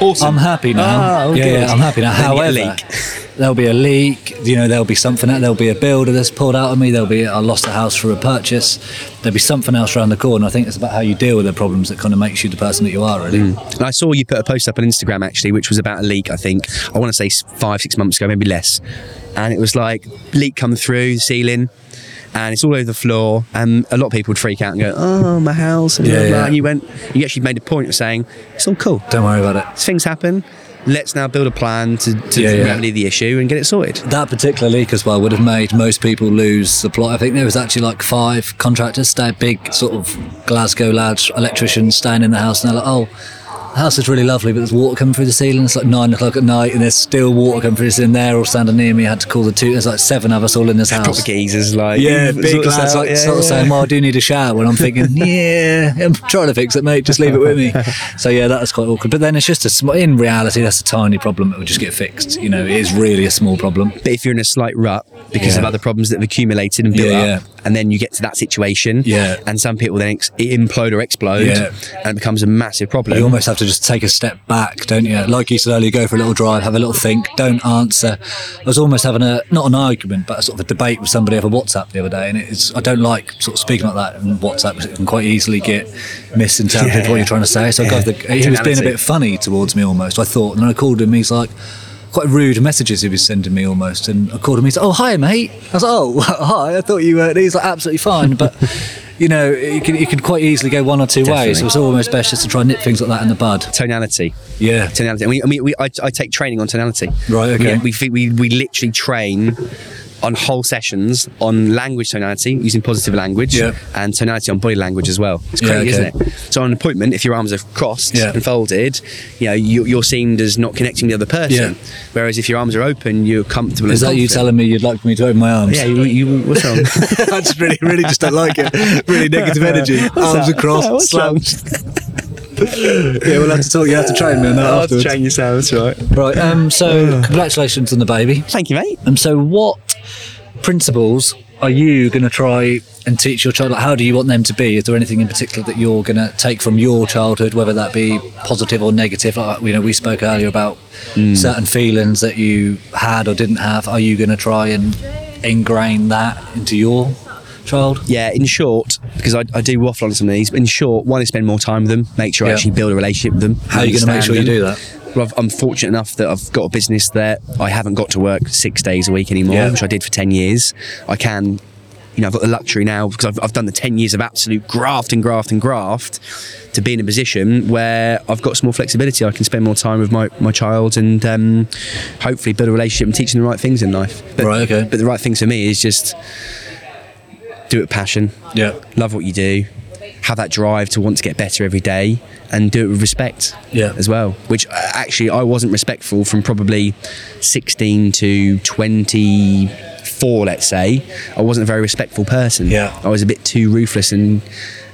Speaker 1: I'm happy
Speaker 3: Ah,
Speaker 1: now.
Speaker 3: oh,
Speaker 1: yeah,
Speaker 3: good.
Speaker 1: yeah, I'm happy now.
Speaker 3: Then you get a
Speaker 1: However,
Speaker 3: leak.
Speaker 1: there'll be a leak, you know, there'll be something, there'll be a builder that's pulled out of me, there'll be, I lost a house for a purchase, there'll be something else around the corner. I think it's about how you deal with the problems that kind of makes you the person that you are, really.
Speaker 3: And I saw you put a post up on Instagram actually, which was about a leak. I think I want to say s- five, six months ago, maybe less. And it was like leak come through the ceiling, and it's all over the floor. And a lot of people would freak out and go, "Oh, my house!" And, blah,
Speaker 1: Yeah,
Speaker 3: blah.
Speaker 1: yeah.
Speaker 3: and you went, you actually made a point of saying, "It's all cool.
Speaker 1: Don't worry about it.
Speaker 3: Things happen. Let's now build a plan to, to
Speaker 1: Yeah, yeah.
Speaker 3: remedy the issue and get it sorted."
Speaker 1: That particular leak as well would have made most people lose supply. I think there was actually like five contractors, stay big sort of Glasgow lads, electricians staying in the house, and they're like, "Oh, the house is really lovely, but there's water coming through the ceiling. It's like nine o'clock at night, and there's still water coming through. It's in there, all standing near me. I had to call the two. There's like seven of us all in this
Speaker 3: Proper
Speaker 1: house."
Speaker 3: geezers, like
Speaker 1: Yeah,
Speaker 3: sort
Speaker 1: big
Speaker 3: of
Speaker 1: lads
Speaker 3: sound,
Speaker 1: like
Speaker 3: yeah,
Speaker 1: sort of
Speaker 3: yeah.
Speaker 1: saying, "Well, I do need a shower." When I'm thinking, "Yeah, I'm trying to fix it, mate. Just leave it with me." So yeah, that was quite awkward. But then it's just a sm- in reality, that's a tiny problem. It will just get fixed. You know, it is really a small problem.
Speaker 3: But if you're in a slight rut because of
Speaker 1: Yeah.
Speaker 3: other problems that have accumulated and built
Speaker 1: Yeah,
Speaker 3: up, and then you get to that situation,
Speaker 1: Yeah.
Speaker 3: and some people then ex- implode or explode,
Speaker 1: Yeah.
Speaker 3: and it becomes a massive problem.
Speaker 1: You almost have to just take a step back, don't you? Like you said earlier, go for a little drive, have a little think, don't answer. I was almost having a not an argument, but a sort of a debate with somebody over WhatsApp the other day, and it's I don't like sort of speaking like that on WhatsApp. 'cause It can quite easily get misinterpreted
Speaker 3: Yeah.
Speaker 1: what you're trying to say. So I got the, he was being a
Speaker 3: Tonality.
Speaker 1: bit funny towards me almost. I thought, and I called him. He's like. Quite rude messages he was sending me almost, and I called him. He's like, "Oh, hi, mate." I was like, "Oh, *laughs* hi." I thought you were. and He's like, "Absolutely fine," but *laughs* you know, it can, it can quite easily go one or two ways.
Speaker 3: Definitely.
Speaker 1: So it's almost best just to try and nip things like that in the bud.
Speaker 3: tonality.
Speaker 1: Yeah.
Speaker 3: Tonality. And we, I mean, we, I, I take training on tonality.
Speaker 1: Right, okay.
Speaker 3: Yeah, we, we, we literally train on whole sessions on language tonality using positive language
Speaker 1: Yeah.
Speaker 3: and tonality on body language as well. It's
Speaker 1: Yeah,
Speaker 3: crazy,
Speaker 1: okay.
Speaker 3: isn't it? So on an appointment, if your arms are crossed
Speaker 1: Yeah.
Speaker 3: and folded, you know you, you're seen as not connecting the other person.
Speaker 1: Yeah.
Speaker 3: Whereas if your arms are open, you're comfortable.
Speaker 1: Is
Speaker 3: and
Speaker 1: that you
Speaker 3: confident.
Speaker 1: telling me you'd like me to open my arms?
Speaker 3: Yeah, you, you what's wrong?
Speaker 1: *laughs*
Speaker 3: *laughs*
Speaker 1: I just really, really just don't like it. Really negative energy. Arms
Speaker 3: that?
Speaker 1: across,
Speaker 3: What's
Speaker 1: slouched. *laughs* yeah, we'll have to talk. You have to train me on that afterwards.
Speaker 3: yourself, right?
Speaker 1: Right. Um, so, congratulations on the baby.
Speaker 3: Thank you, mate.
Speaker 1: And so, what principles are you going to try and teach your child? Like, how do you want them to be? Is there anything in particular that you're going to take from your childhood, whether that be positive or negative? Like, you know, we spoke earlier about certain feelings that you had or didn't have. Are you going to try and ingrain that into your child?
Speaker 3: Yeah, in short, because I, I do waffle on some of these, but in short, one is spend more time with them, make sure I
Speaker 1: Yeah.
Speaker 3: actually build a relationship with them.
Speaker 1: How are you going to make sure you do that?
Speaker 3: Well, I've, I'm fortunate enough that I've got a business that I haven't got to work six days a week anymore,
Speaker 1: Yeah.
Speaker 3: which I did for 10 years. I can, you know, I've got the luxury now because I've, I've done the 10 years of absolute graft and graft and graft to be in a position where I've got some more flexibility. I can spend more time with my, my child and um, hopefully build a relationship and teach them the right things in life. But,
Speaker 1: Right, okay.
Speaker 3: But the right things for me is just do it with passion
Speaker 1: Yeah.
Speaker 3: love what you do, have that drive to want to get better every day, and do it with respect
Speaker 1: Yeah.
Speaker 3: as well. Which uh, actually, I wasn't respectful from probably 16 to 24, let's say. I wasn't a very respectful person.
Speaker 1: Yeah.
Speaker 3: I was a bit too ruthless and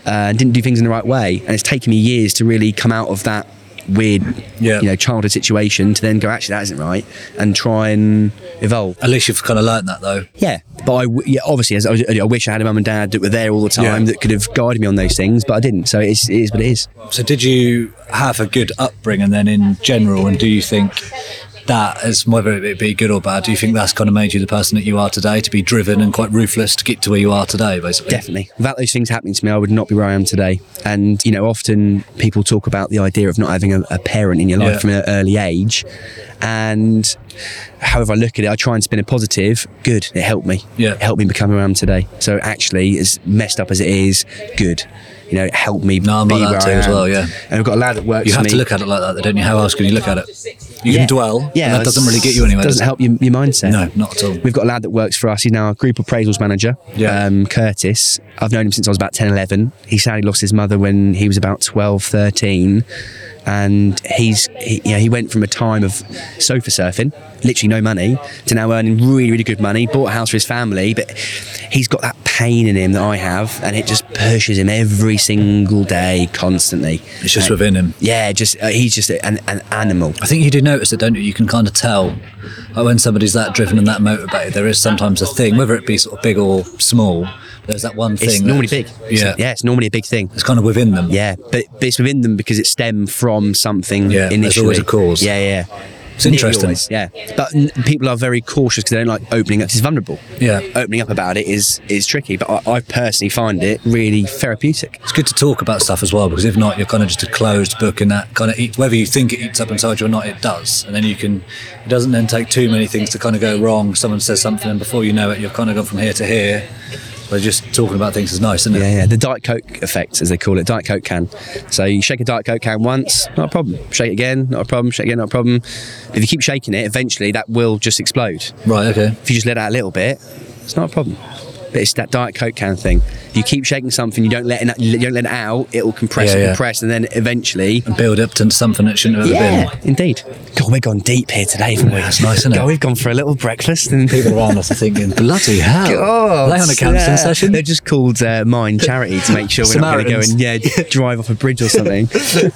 Speaker 3: uh, didn't do things in the right way. And it's taken me years to really come out of that weird
Speaker 1: Yeah.
Speaker 3: you know childhood situation to then go actually that isn't right and try and evolve
Speaker 1: At least you've kind of learnt that though.
Speaker 3: yeah, but I w- yeah, obviously as I, was, I wish I had a mum and dad that were there all the time
Speaker 1: Yeah.
Speaker 3: that could have guided me on those things, but I didn't. So it is, it is what it is.
Speaker 1: So, did you have a good upbringing then in general? And do you think that, as whether it be good or bad, do you think that's kind of made you the person that you are today to be driven and quite ruthless to get to where you are today, basically?
Speaker 3: Definitely, without those things happening to me, I would not be where I am today. And you know, often people talk about the idea of not having a, a parent in your life
Speaker 1: Yeah.
Speaker 3: from an early age. And however I look at it, I try and spin a positive. Good, it helped me.
Speaker 1: Yeah.
Speaker 3: it helped me become who I am today. So actually, as messed up as it is, good. You know, it helped me
Speaker 1: No, I'm
Speaker 3: be
Speaker 1: like that
Speaker 3: where
Speaker 1: too
Speaker 3: I am.
Speaker 1: as well, yeah.
Speaker 3: and I've got a lad that works.
Speaker 1: You
Speaker 3: for
Speaker 1: have
Speaker 3: me.
Speaker 1: to look at it like that, though, don't you? How else can you look at it? You
Speaker 3: Yeah.
Speaker 1: can dwell,
Speaker 3: Yeah,
Speaker 1: yeah, that doesn't really get you anywhere.
Speaker 3: Doesn't
Speaker 1: does
Speaker 3: help your, your mindset.
Speaker 1: it? No, not at all.
Speaker 3: We've got a lad that works for us. He's now our group appraisals manager,
Speaker 1: Yeah.
Speaker 3: um, Curtis. I've known him since I was about 10, 11. He sadly lost his mother when he was about 12, 13. And he's, he, you know, he went from a time of sofa surfing, literally no money, to now earning really, really good money. Bought a house for his family, but he's got that pain in him that I have, and it just pushes him every single day, constantly.
Speaker 1: It's just
Speaker 3: And-
Speaker 1: within him.
Speaker 3: Yeah, just uh, he's just a- an, an animal.
Speaker 1: I think you do notice it, don't you? You can kind of tell like, when somebody's that driven and that motivated. There is sometimes a thing, whether it be sort of big or small. There's that one thing.
Speaker 3: It's
Speaker 1: that-
Speaker 3: normally big.
Speaker 1: Yeah,
Speaker 3: yeah, it's normally a big thing.
Speaker 1: It's kind of within them.
Speaker 3: Yeah, but, but it's within them because it stemmed from something
Speaker 1: Yeah, there's
Speaker 3: initially.
Speaker 1: always a cause.
Speaker 3: Yeah, yeah.
Speaker 1: It's interesting.
Speaker 3: yeah, but n- people are very cautious because they don't like opening up. 'cause It's vulnerable.
Speaker 1: Yeah.
Speaker 3: opening up about it is is tricky. But I, I personally find it really therapeutic.
Speaker 1: It's good to talk about stuff as well because if not, you're kind of just a closed book, and that kind of eat, whether you think it eats up inside you or not, it does. And then you can, it doesn't then take too many things to kind of go wrong. Someone says something, and before you know it, you've kind of gone from here to here. But just talking about things is nice, isn't it?
Speaker 3: Yeah, yeah. The Diet Coke effect, as they call it, Diet Coke can. So you shake a Diet Coke can once, not a problem. Shake it again, not a problem. Shake it again, not a problem. If you keep shaking it, eventually that will just explode.
Speaker 1: Right. Okay.
Speaker 3: If you just let out a little bit, it's not a problem. But it's that Diet Coke can thing. If you keep shaking something, you don't let it, you don't let it out. It will compress
Speaker 1: Yeah,
Speaker 3: and
Speaker 1: yeah.
Speaker 3: compress, and then eventually.
Speaker 1: Build up to something that shouldn't have ever been.
Speaker 3: indeed. God, we're gone deep here today, haven't we?
Speaker 1: That's nice, isn't it?
Speaker 3: God, we've gone for a little breakfast *laughs* and.
Speaker 1: People around us are thinking, bloody hell!
Speaker 3: God,
Speaker 1: Lay on a counselling
Speaker 3: yeah.
Speaker 1: session.
Speaker 3: They're just called uh, Mine Charity to make sure we're not going to go and yeah, drive off a bridge or *laughs* something.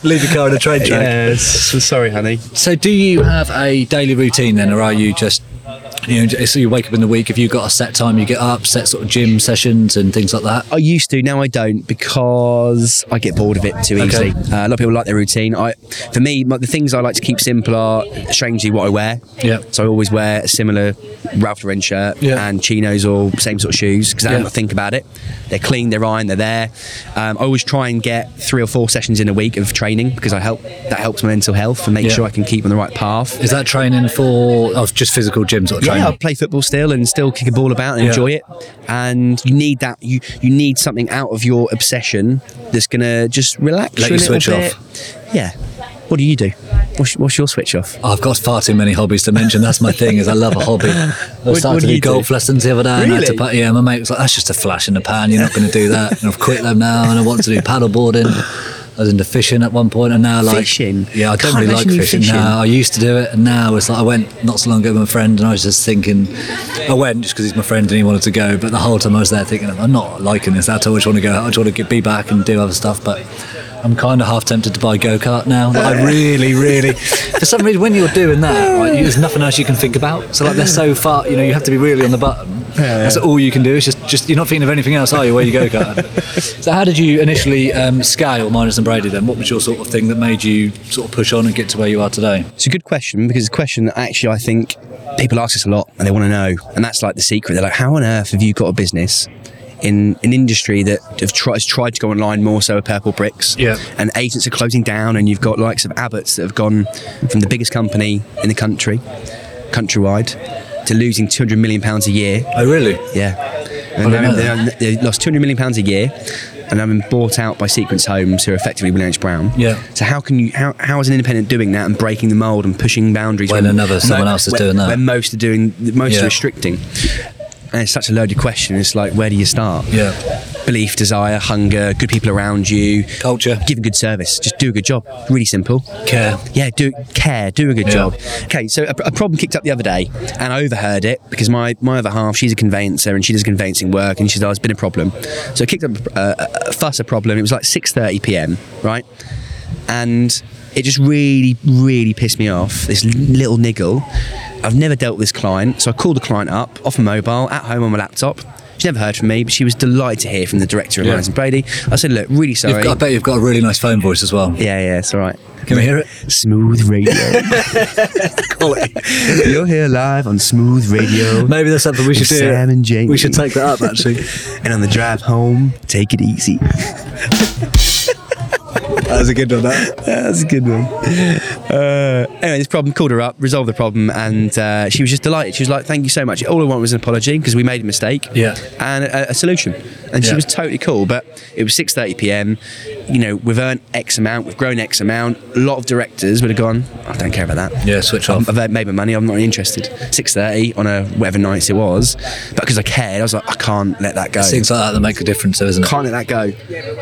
Speaker 1: Leave your car in a train track.
Speaker 3: yeah, s- sorry, honey.
Speaker 1: So, do you have a daily routine then, or are you just, you know, so you wake up in the week? Have you got a set time you get up, set sort of gym sessions and things like that?
Speaker 3: I used to, now I don't because I get bored of it too easily.
Speaker 1: Okay.
Speaker 3: Uh, a lot of people like their routine. I, for me, my, the things I like to keep simple are strangely what I wear.
Speaker 1: Yeah.
Speaker 3: So I always wear a similar Ralph Lauren shirt
Speaker 1: Yeah.
Speaker 3: and chinos or same sort of shoes because I
Speaker 1: Yeah.
Speaker 3: don't think about it. They're clean, they're ironed, they're there. Um, I always try and get three or four sessions in a week of training because I help that helps my mental health and make
Speaker 1: Yeah.
Speaker 3: sure I can keep on the right path.
Speaker 1: Is that training for oh, just physical gym sort of
Speaker 3: Yeah, I
Speaker 1: training?
Speaker 3: play football still and still kick a ball about and
Speaker 1: Yeah.
Speaker 3: enjoy it. And you need that. You you need something out of your obsession that's gonna just relax
Speaker 1: Let
Speaker 3: you a
Speaker 1: you
Speaker 3: little
Speaker 1: switch
Speaker 3: bit.
Speaker 1: off.
Speaker 3: Yeah. What do you do? What's, what's your switch off?
Speaker 1: I've got far too many hobbies to mention. That's my thing. Is I love a
Speaker 3: *laughs*
Speaker 1: hobby. I
Speaker 3: What-
Speaker 1: started
Speaker 3: what
Speaker 1: to
Speaker 3: do
Speaker 1: do
Speaker 3: you do?
Speaker 1: golf lessons the other day. And I had to,
Speaker 3: Really?
Speaker 1: pa- yeah, my mate was like, "That's just a flash in the pan. You're not going to do that." And I've quit them now, and I want to
Speaker 3: *laughs*
Speaker 1: do paddleboarding. I was into fishing at one point, and now like
Speaker 3: Fishing?
Speaker 1: Yeah, I
Speaker 3: Can't
Speaker 1: don't really like
Speaker 3: imagine you
Speaker 1: fishing,
Speaker 3: fishing.
Speaker 1: now. I used to do it, and now it's like I went not so long ago with my friend, and I was just thinking, I went just because he's my friend and he wanted to go. But the whole time I was there thinking, I'm not liking this at all. I just want to go. out. I just want to get, be back and do other stuff, but. I'm kind of half tempted to buy go kart now. Like, I really, really, for some reason, when you're doing that, right, you- there's nothing else you can think about. So like they're so far, you know, you have to be really on the button. That's all you can do. It's just, just you're not thinking of anything else, are you? Where you go kart. so how did you initially um, scale Miners and Brady then? What was your sort of thing that made you sort of push on and get to where you are today?
Speaker 3: It's a good question because it's a question that actually I think people ask us a lot and they want to know. And that's like the secret. They're like, how on earth have you got a business in an industry that have tri- has tried to go online more so with Purple Bricks?
Speaker 1: Yeah.
Speaker 3: And agents are closing down and you've got likes of Abbott's that have gone from the biggest company in the country, countrywide, to losing £200 million a year.
Speaker 1: Oh really?
Speaker 3: Yeah.
Speaker 1: I
Speaker 3: And
Speaker 1: don't
Speaker 3: they, they, they lost two hundred million pounds a year, and have been bought out by Sequence Homes, who are effectively William H. Brown.
Speaker 1: Yeah.
Speaker 3: So how can you? How, how is an independent doing that and breaking the mold and pushing boundaries
Speaker 1: When another- someone else is
Speaker 3: when-
Speaker 1: doing that.
Speaker 3: When most are doing, most
Speaker 1: Yeah.
Speaker 3: are restricting. And it's such a loaded question. It's like, where do you start?
Speaker 1: Yeah.
Speaker 3: Belief, desire, hunger, good people around you,
Speaker 1: Culture.
Speaker 3: giving good service. Just do a good job. Really simple.
Speaker 1: Care.
Speaker 3: Yeah, do care, do a good
Speaker 1: Yeah.
Speaker 3: job. Okay, so a, a problem kicked up the other day, and I overheard it because my my other half, she's a conveyancer and she does conveyancing work, and she said, "Oh, it's been a problem." So I kicked up a, a, a fuss, a problem. It was like six thirty p.m. right, and it just really, really pissed me off. This little niggle. I've never dealt with this client, so I called the client up off a mobile at home on my laptop. She never heard from me, but she was delighted to hear from the director of
Speaker 1: Yeah.
Speaker 3: Lions and Brady. I said, "Look, really sorry."
Speaker 1: You've got, I bet you've got a really nice phone voice as well.
Speaker 3: yeah, yeah, it's all right.
Speaker 1: Can we hear it?
Speaker 3: Smooth *laughs* Radio. You're here live on Smooth *laughs* Radio.
Speaker 1: Maybe that's something we should do.
Speaker 3: Sam and Jamie.
Speaker 1: We should take that up actually.
Speaker 3: *laughs* And on the drive home, take it easy.
Speaker 1: *laughs* that was a good one. That.
Speaker 3: That's a good one. Uh, anyway, this problem called her up, resolved the problem, and uh, she was just delighted. She was like, "Thank you so much." All I want was an apology because we made a mistake.
Speaker 1: Yeah.
Speaker 3: And a, a solution, and she
Speaker 1: Yeah.
Speaker 3: was totally cool. But it was 6:30 p.m. You know, we've earned X amount, we've grown X amount. A lot of directors would have gone, "I don't care about that."
Speaker 1: Yeah, switch off.
Speaker 3: I've I've made my money. I'm not interested. 6:30 on a whatever nights it was, but because I cared, I was like, I can't let that go.
Speaker 1: Things like that that make a difference, though, isn't it?
Speaker 3: Can't let that go.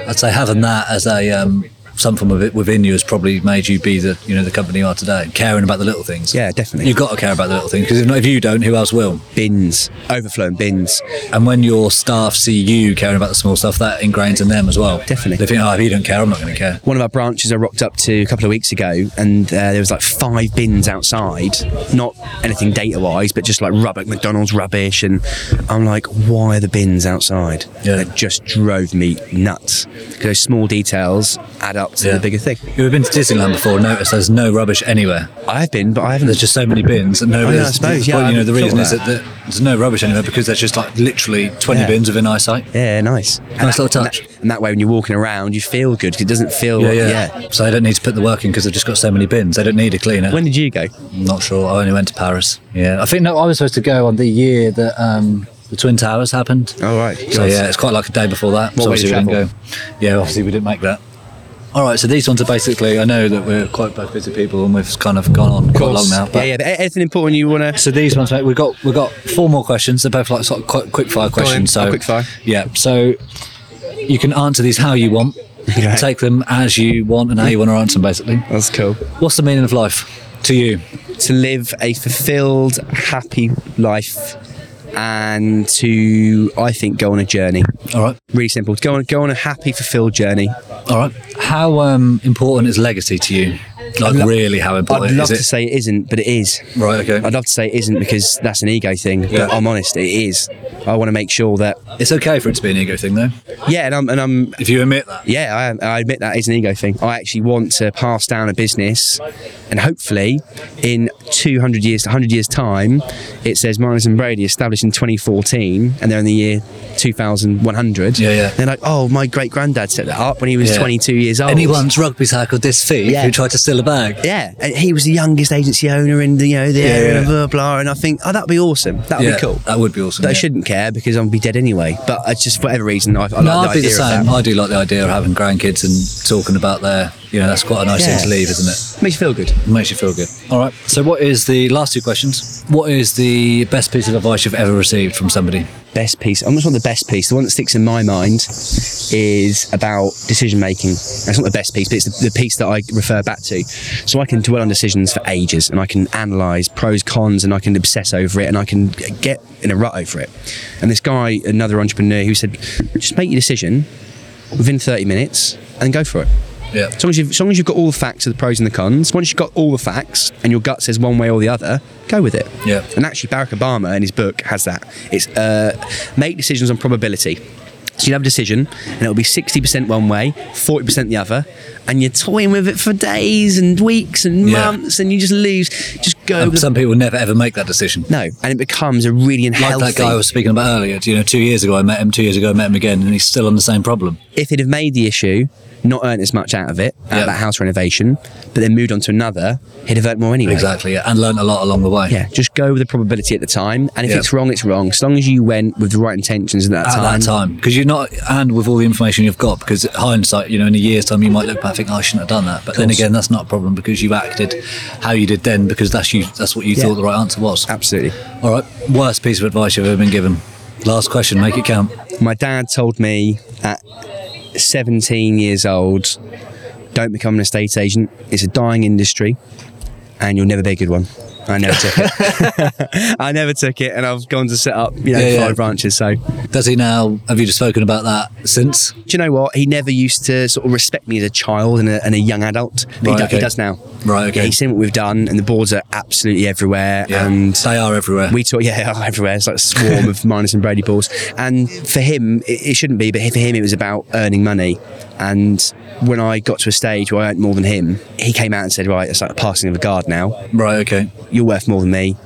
Speaker 1: I'd say having that as a um, something of it within you has probably made you be the you know the company you are today, caring about the little things.
Speaker 3: Yeah, definitely.
Speaker 1: You've got to care about the little things because if, not- if you don't, who else will?
Speaker 3: Bins, overflowing bins.
Speaker 1: And when your staff see you caring about the small stuff, that ingrains in them as well.
Speaker 3: Definitely.
Speaker 1: They think, oh, if you don't care, I'm not going to care.
Speaker 3: One of our branches I rocked up to a couple of weeks ago, and uh, there was like five bins outside. Not anything data-wise, but just like rubbish, McDonald's rubbish, and I'm like, why are the bins outside?
Speaker 1: Yeah.
Speaker 3: That just drove me nuts. 'Cause Those small details add up to
Speaker 1: Yeah.
Speaker 3: the bigger thing.
Speaker 1: You've been to Disneyland before. Notice there's no rubbish anywhere.
Speaker 3: I have been, but I haven't.
Speaker 1: There's just so many bins, and
Speaker 3: Oh,
Speaker 1: nobody.
Speaker 3: yeah, I suppose, yeah,
Speaker 1: well,
Speaker 3: I
Speaker 1: you know, the
Speaker 3: hadn't
Speaker 1: reason
Speaker 3: thought
Speaker 1: is
Speaker 3: of
Speaker 1: that, that there's no rubbish anywhere because there's just like literally 20
Speaker 3: Yeah.
Speaker 1: bins within eyesight.
Speaker 3: yeah, nice.
Speaker 1: Nice little touch.
Speaker 3: And that, and that way, when you're walking around, you feel good 'cause it doesn't feel
Speaker 1: Yeah,
Speaker 3: like,
Speaker 1: yeah. So they don't need to put the work in because they've just got so many bins. They don't need a cleaner.
Speaker 3: When did you go?
Speaker 1: Not sure. I only went to Paris. Yeah, I think no, I was supposed to go on the year that um, the Twin Towers happened.
Speaker 3: Oh, right.
Speaker 1: So
Speaker 3: Yes.
Speaker 1: yeah, it's quite like a day before that.
Speaker 3: What
Speaker 1: so
Speaker 3: way to
Speaker 1: obviously we didn't go. Yeah, obviously we didn't make that. All right, so these ones are basically. I know that we're quite both busy people, and we've kind of gone on quite long now. But
Speaker 3: yeah, yeah. But a- anything important you want to?
Speaker 1: so these ones, mate, we've got we've got four more questions. They're both like sort of quick, quick fire questions.
Speaker 3: Oh,
Speaker 1: So
Speaker 3: quick fire.
Speaker 1: Yeah. So you can answer these how you want.
Speaker 3: Okay.
Speaker 1: Take them as you want and how you want to answer them. Basically,
Speaker 3: That's cool.
Speaker 1: what's the meaning of life to you?
Speaker 3: To live a fulfilled, happy life, and to I think go on a journey.
Speaker 1: All right.
Speaker 3: Really simple. To go on, go on a happy, fulfilled journey.
Speaker 1: All right. How um, important is legacy to you? Like,
Speaker 3: lo-
Speaker 1: really, how important
Speaker 3: I'd love
Speaker 1: is
Speaker 3: to
Speaker 1: it?
Speaker 3: say it isn't, but it is.
Speaker 1: Right, okay.
Speaker 3: I'd love to say it isn't because that's an ego thing.
Speaker 1: Yeah.
Speaker 3: But I'm honest, it is. I want to make sure that
Speaker 1: It's okay for it to be an ego thing, though,
Speaker 3: yeah, and I'm and I'm
Speaker 1: if you admit that.
Speaker 3: Yeah, I, am- I admit that is an ego thing. I actually want to pass down a business, and hopefully, in 200 years, 100 years' time, it says Miners and Brady established in 2014, and they're in the year 2100.
Speaker 1: Yeah, yeah.
Speaker 3: They're like, oh, my great granddad set that up when he was
Speaker 1: Yeah.
Speaker 3: 22 years old.
Speaker 1: And he once rugby tackled this thief
Speaker 3: Oh, Yeah.
Speaker 1: who tried to steal a bag.
Speaker 3: Yeah, and he was the youngest agency owner in the you know the area,
Speaker 1: yeah.
Speaker 3: and blah blah. And I think, oh, that'd be awesome. That'd
Speaker 1: yeah,
Speaker 3: be cool.
Speaker 1: That would be awesome.
Speaker 3: But I
Speaker 1: yeah.
Speaker 3: shouldn't care because I'll be dead anyway. But I just for whatever reason, I, I
Speaker 1: No,
Speaker 3: like
Speaker 1: I'd
Speaker 3: the
Speaker 1: be
Speaker 3: idea
Speaker 1: the
Speaker 3: of that.
Speaker 1: same. I do like the idea of having grandkids and talking about their you know, that's quite a nice
Speaker 3: Yeah.
Speaker 1: thing to leave, isn't
Speaker 3: Makes you feel good.
Speaker 1: it? Makes you feel good. All right. So, what is the last two questions? What is the best piece of advice you've ever received from somebody?
Speaker 3: Best piece. I'm not sure the best piece. The one that sticks in my mind is about decision making. That's not the best piece, but it's the, the piece that I refer back to. So I can dwell on decisions for ages, and I can analyze pros, cons, and I can obsess over it, and I can get in a rut over it. And this guy, another entrepreneur, who said, "Just make your decision within 30 minutes and go for it."
Speaker 1: Yeah.
Speaker 3: As long as, you've, as long as you've got all the facts of the pros and the cons, once you've got all the facts and your gut says one way or the other, go with it.
Speaker 1: Yeah.
Speaker 3: And actually, Barack Obama in his book has that. It's uh, make decisions on probability. So you'll have a decision, and it'll be 60% one way, 40% the other, and you're toying with it for days and weeks and
Speaker 1: Yeah.
Speaker 3: months, and you just lose. Just go.
Speaker 1: And
Speaker 3: with-
Speaker 1: some people never ever make that decision.
Speaker 3: no, and it becomes a really
Speaker 1: Like
Speaker 3: unhealthy.
Speaker 1: that guy I was speaking about earlier. You know, two years ago I met him. Two years ago I met him again, and he's still on the same problem.
Speaker 3: if he'd have made the issue, not earned as much out of it, out
Speaker 1: Yeah.
Speaker 3: of that house renovation, but then moved on to another, he'd have earned more anyway.
Speaker 1: Exactly. Yeah. And learned a lot along the way.
Speaker 3: Yeah, just go with the probability at the time, and if
Speaker 1: Yeah.
Speaker 3: it's wrong, it's wrong. As long as you went with the right intentions at that
Speaker 1: At
Speaker 3: time.
Speaker 1: that time, because you're not, and with all the information you've got, because hindsight, you know, in a year's time, you might look back and think, "Oh, I shouldn't have done that. But then
Speaker 3: course.
Speaker 1: again, that's not a problem because you acted how you did then, because that's you, that's what you
Speaker 3: Yeah.
Speaker 1: thought the right answer was.
Speaker 3: Absolutely.
Speaker 1: All right. Worst piece of advice you've ever been given. Last question. Make it count.
Speaker 3: My dad told me at 17 years old, don't become an estate agent. It's a dying industry, and you'll never be a good one. I never took it. *laughs* I never took it, and I've gone to set up you know
Speaker 1: Yeah, yeah.
Speaker 3: five branches. So do
Speaker 1: Does he now? Have you just spoken about that since?
Speaker 3: you know what? He never used to sort of respect me as a child and a, and a young adult, but he,
Speaker 1: Right,
Speaker 3: do-
Speaker 1: okay.
Speaker 3: he does now.
Speaker 1: Right, okay.
Speaker 3: Yeah, he's seen what we've done, and the boards are absolutely everywhere, and
Speaker 1: they are everywhere.
Speaker 3: We talk, yeah, everywhere. It's like a
Speaker 1: *laughs*
Speaker 3: swarm of minus and Brady balls. And for him, it, it shouldn't be, but for him, it was about earning money. And when I got to a stage where I earned more than him, he came out and said, Right, it's like a passing of a guard now.
Speaker 1: right. Okay.
Speaker 3: You're worth more than me.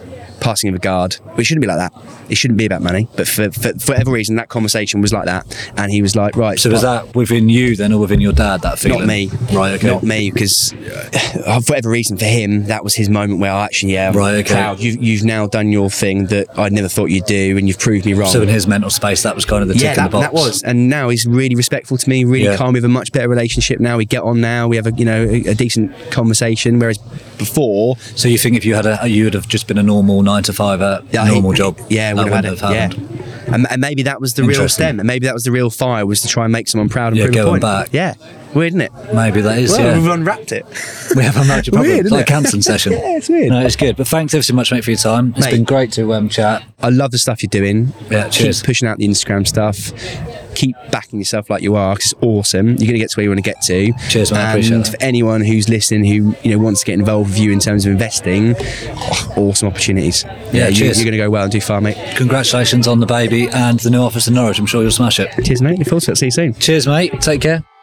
Speaker 3: Passing of a guard. But it shouldn't be like that. It shouldn't be about money. But for, for, for whatever reason, that conversation was like that. And he was like, Right.
Speaker 1: So was that within you then, or within your dad? That feeling.
Speaker 3: Not me.
Speaker 1: Right. Okay.
Speaker 3: Not me, because uh, for whatever reason, for him, that was his moment where I actually, yeah, I'm
Speaker 1: Right, okay.
Speaker 3: proud. You've, you've now done your thing that I never thought you'd do, and you've proved me wrong.
Speaker 1: So in his mental space, that was kind of the
Speaker 3: yeah,
Speaker 1: tick in
Speaker 3: that,
Speaker 1: the box.
Speaker 3: that was. And now he's really respectful to me, really
Speaker 1: Yeah.
Speaker 3: calm. We have a much better relationship now. We get on now. We have a you know a, a decent conversation. Whereas before,
Speaker 1: So you think if you had a, you would have just been a normal nine to five at a normal
Speaker 3: he-
Speaker 1: job?
Speaker 3: yeah,
Speaker 1: that
Speaker 3: would have had
Speaker 1: wouldn't
Speaker 3: it.
Speaker 1: have happened.
Speaker 3: Yeah. And, and maybe that was the real
Speaker 1: Interesting.
Speaker 3: stem, and maybe that was the real fire was to try and make someone proud and
Speaker 1: Yeah,
Speaker 3: prove a
Speaker 1: going
Speaker 3: point.
Speaker 1: back.
Speaker 3: Yeah, weird, isn't it?
Speaker 1: Maybe that is.
Speaker 3: Well, we've
Speaker 1: yeah,
Speaker 3: unwrapped it.
Speaker 1: we have a major problem. it's
Speaker 3: Weird, isn't
Speaker 1: like
Speaker 3: it? *laughs*
Speaker 1: Canton session.
Speaker 3: Yeah, it's weird.
Speaker 1: No, it's good. But thanks ever so much, mate, for your time. It's
Speaker 3: Mate.
Speaker 1: been great to um, chat.
Speaker 3: I love the stuff you're doing.
Speaker 1: Yeah, cheers.
Speaker 3: Keep pushing out the Instagram stuff. Keep backing yourself like you are 'cause it's awesome. You're going to get to where you want to get to.
Speaker 1: Cheers, man. I
Speaker 3: And
Speaker 1: appreciate that.
Speaker 3: for anyone who's listening who you know wants to get involved with you in terms of investing, oh, awesome opportunities.
Speaker 1: Yeah,
Speaker 3: you,
Speaker 1: cheers.
Speaker 3: you're going to go well and do far, mate.
Speaker 1: Congratulations on the baby and the new office in Norwich. I'm sure you'll smash it.
Speaker 3: Cheers, mate. Look forward to it. See you soon.
Speaker 1: Cheers, mate. Take care.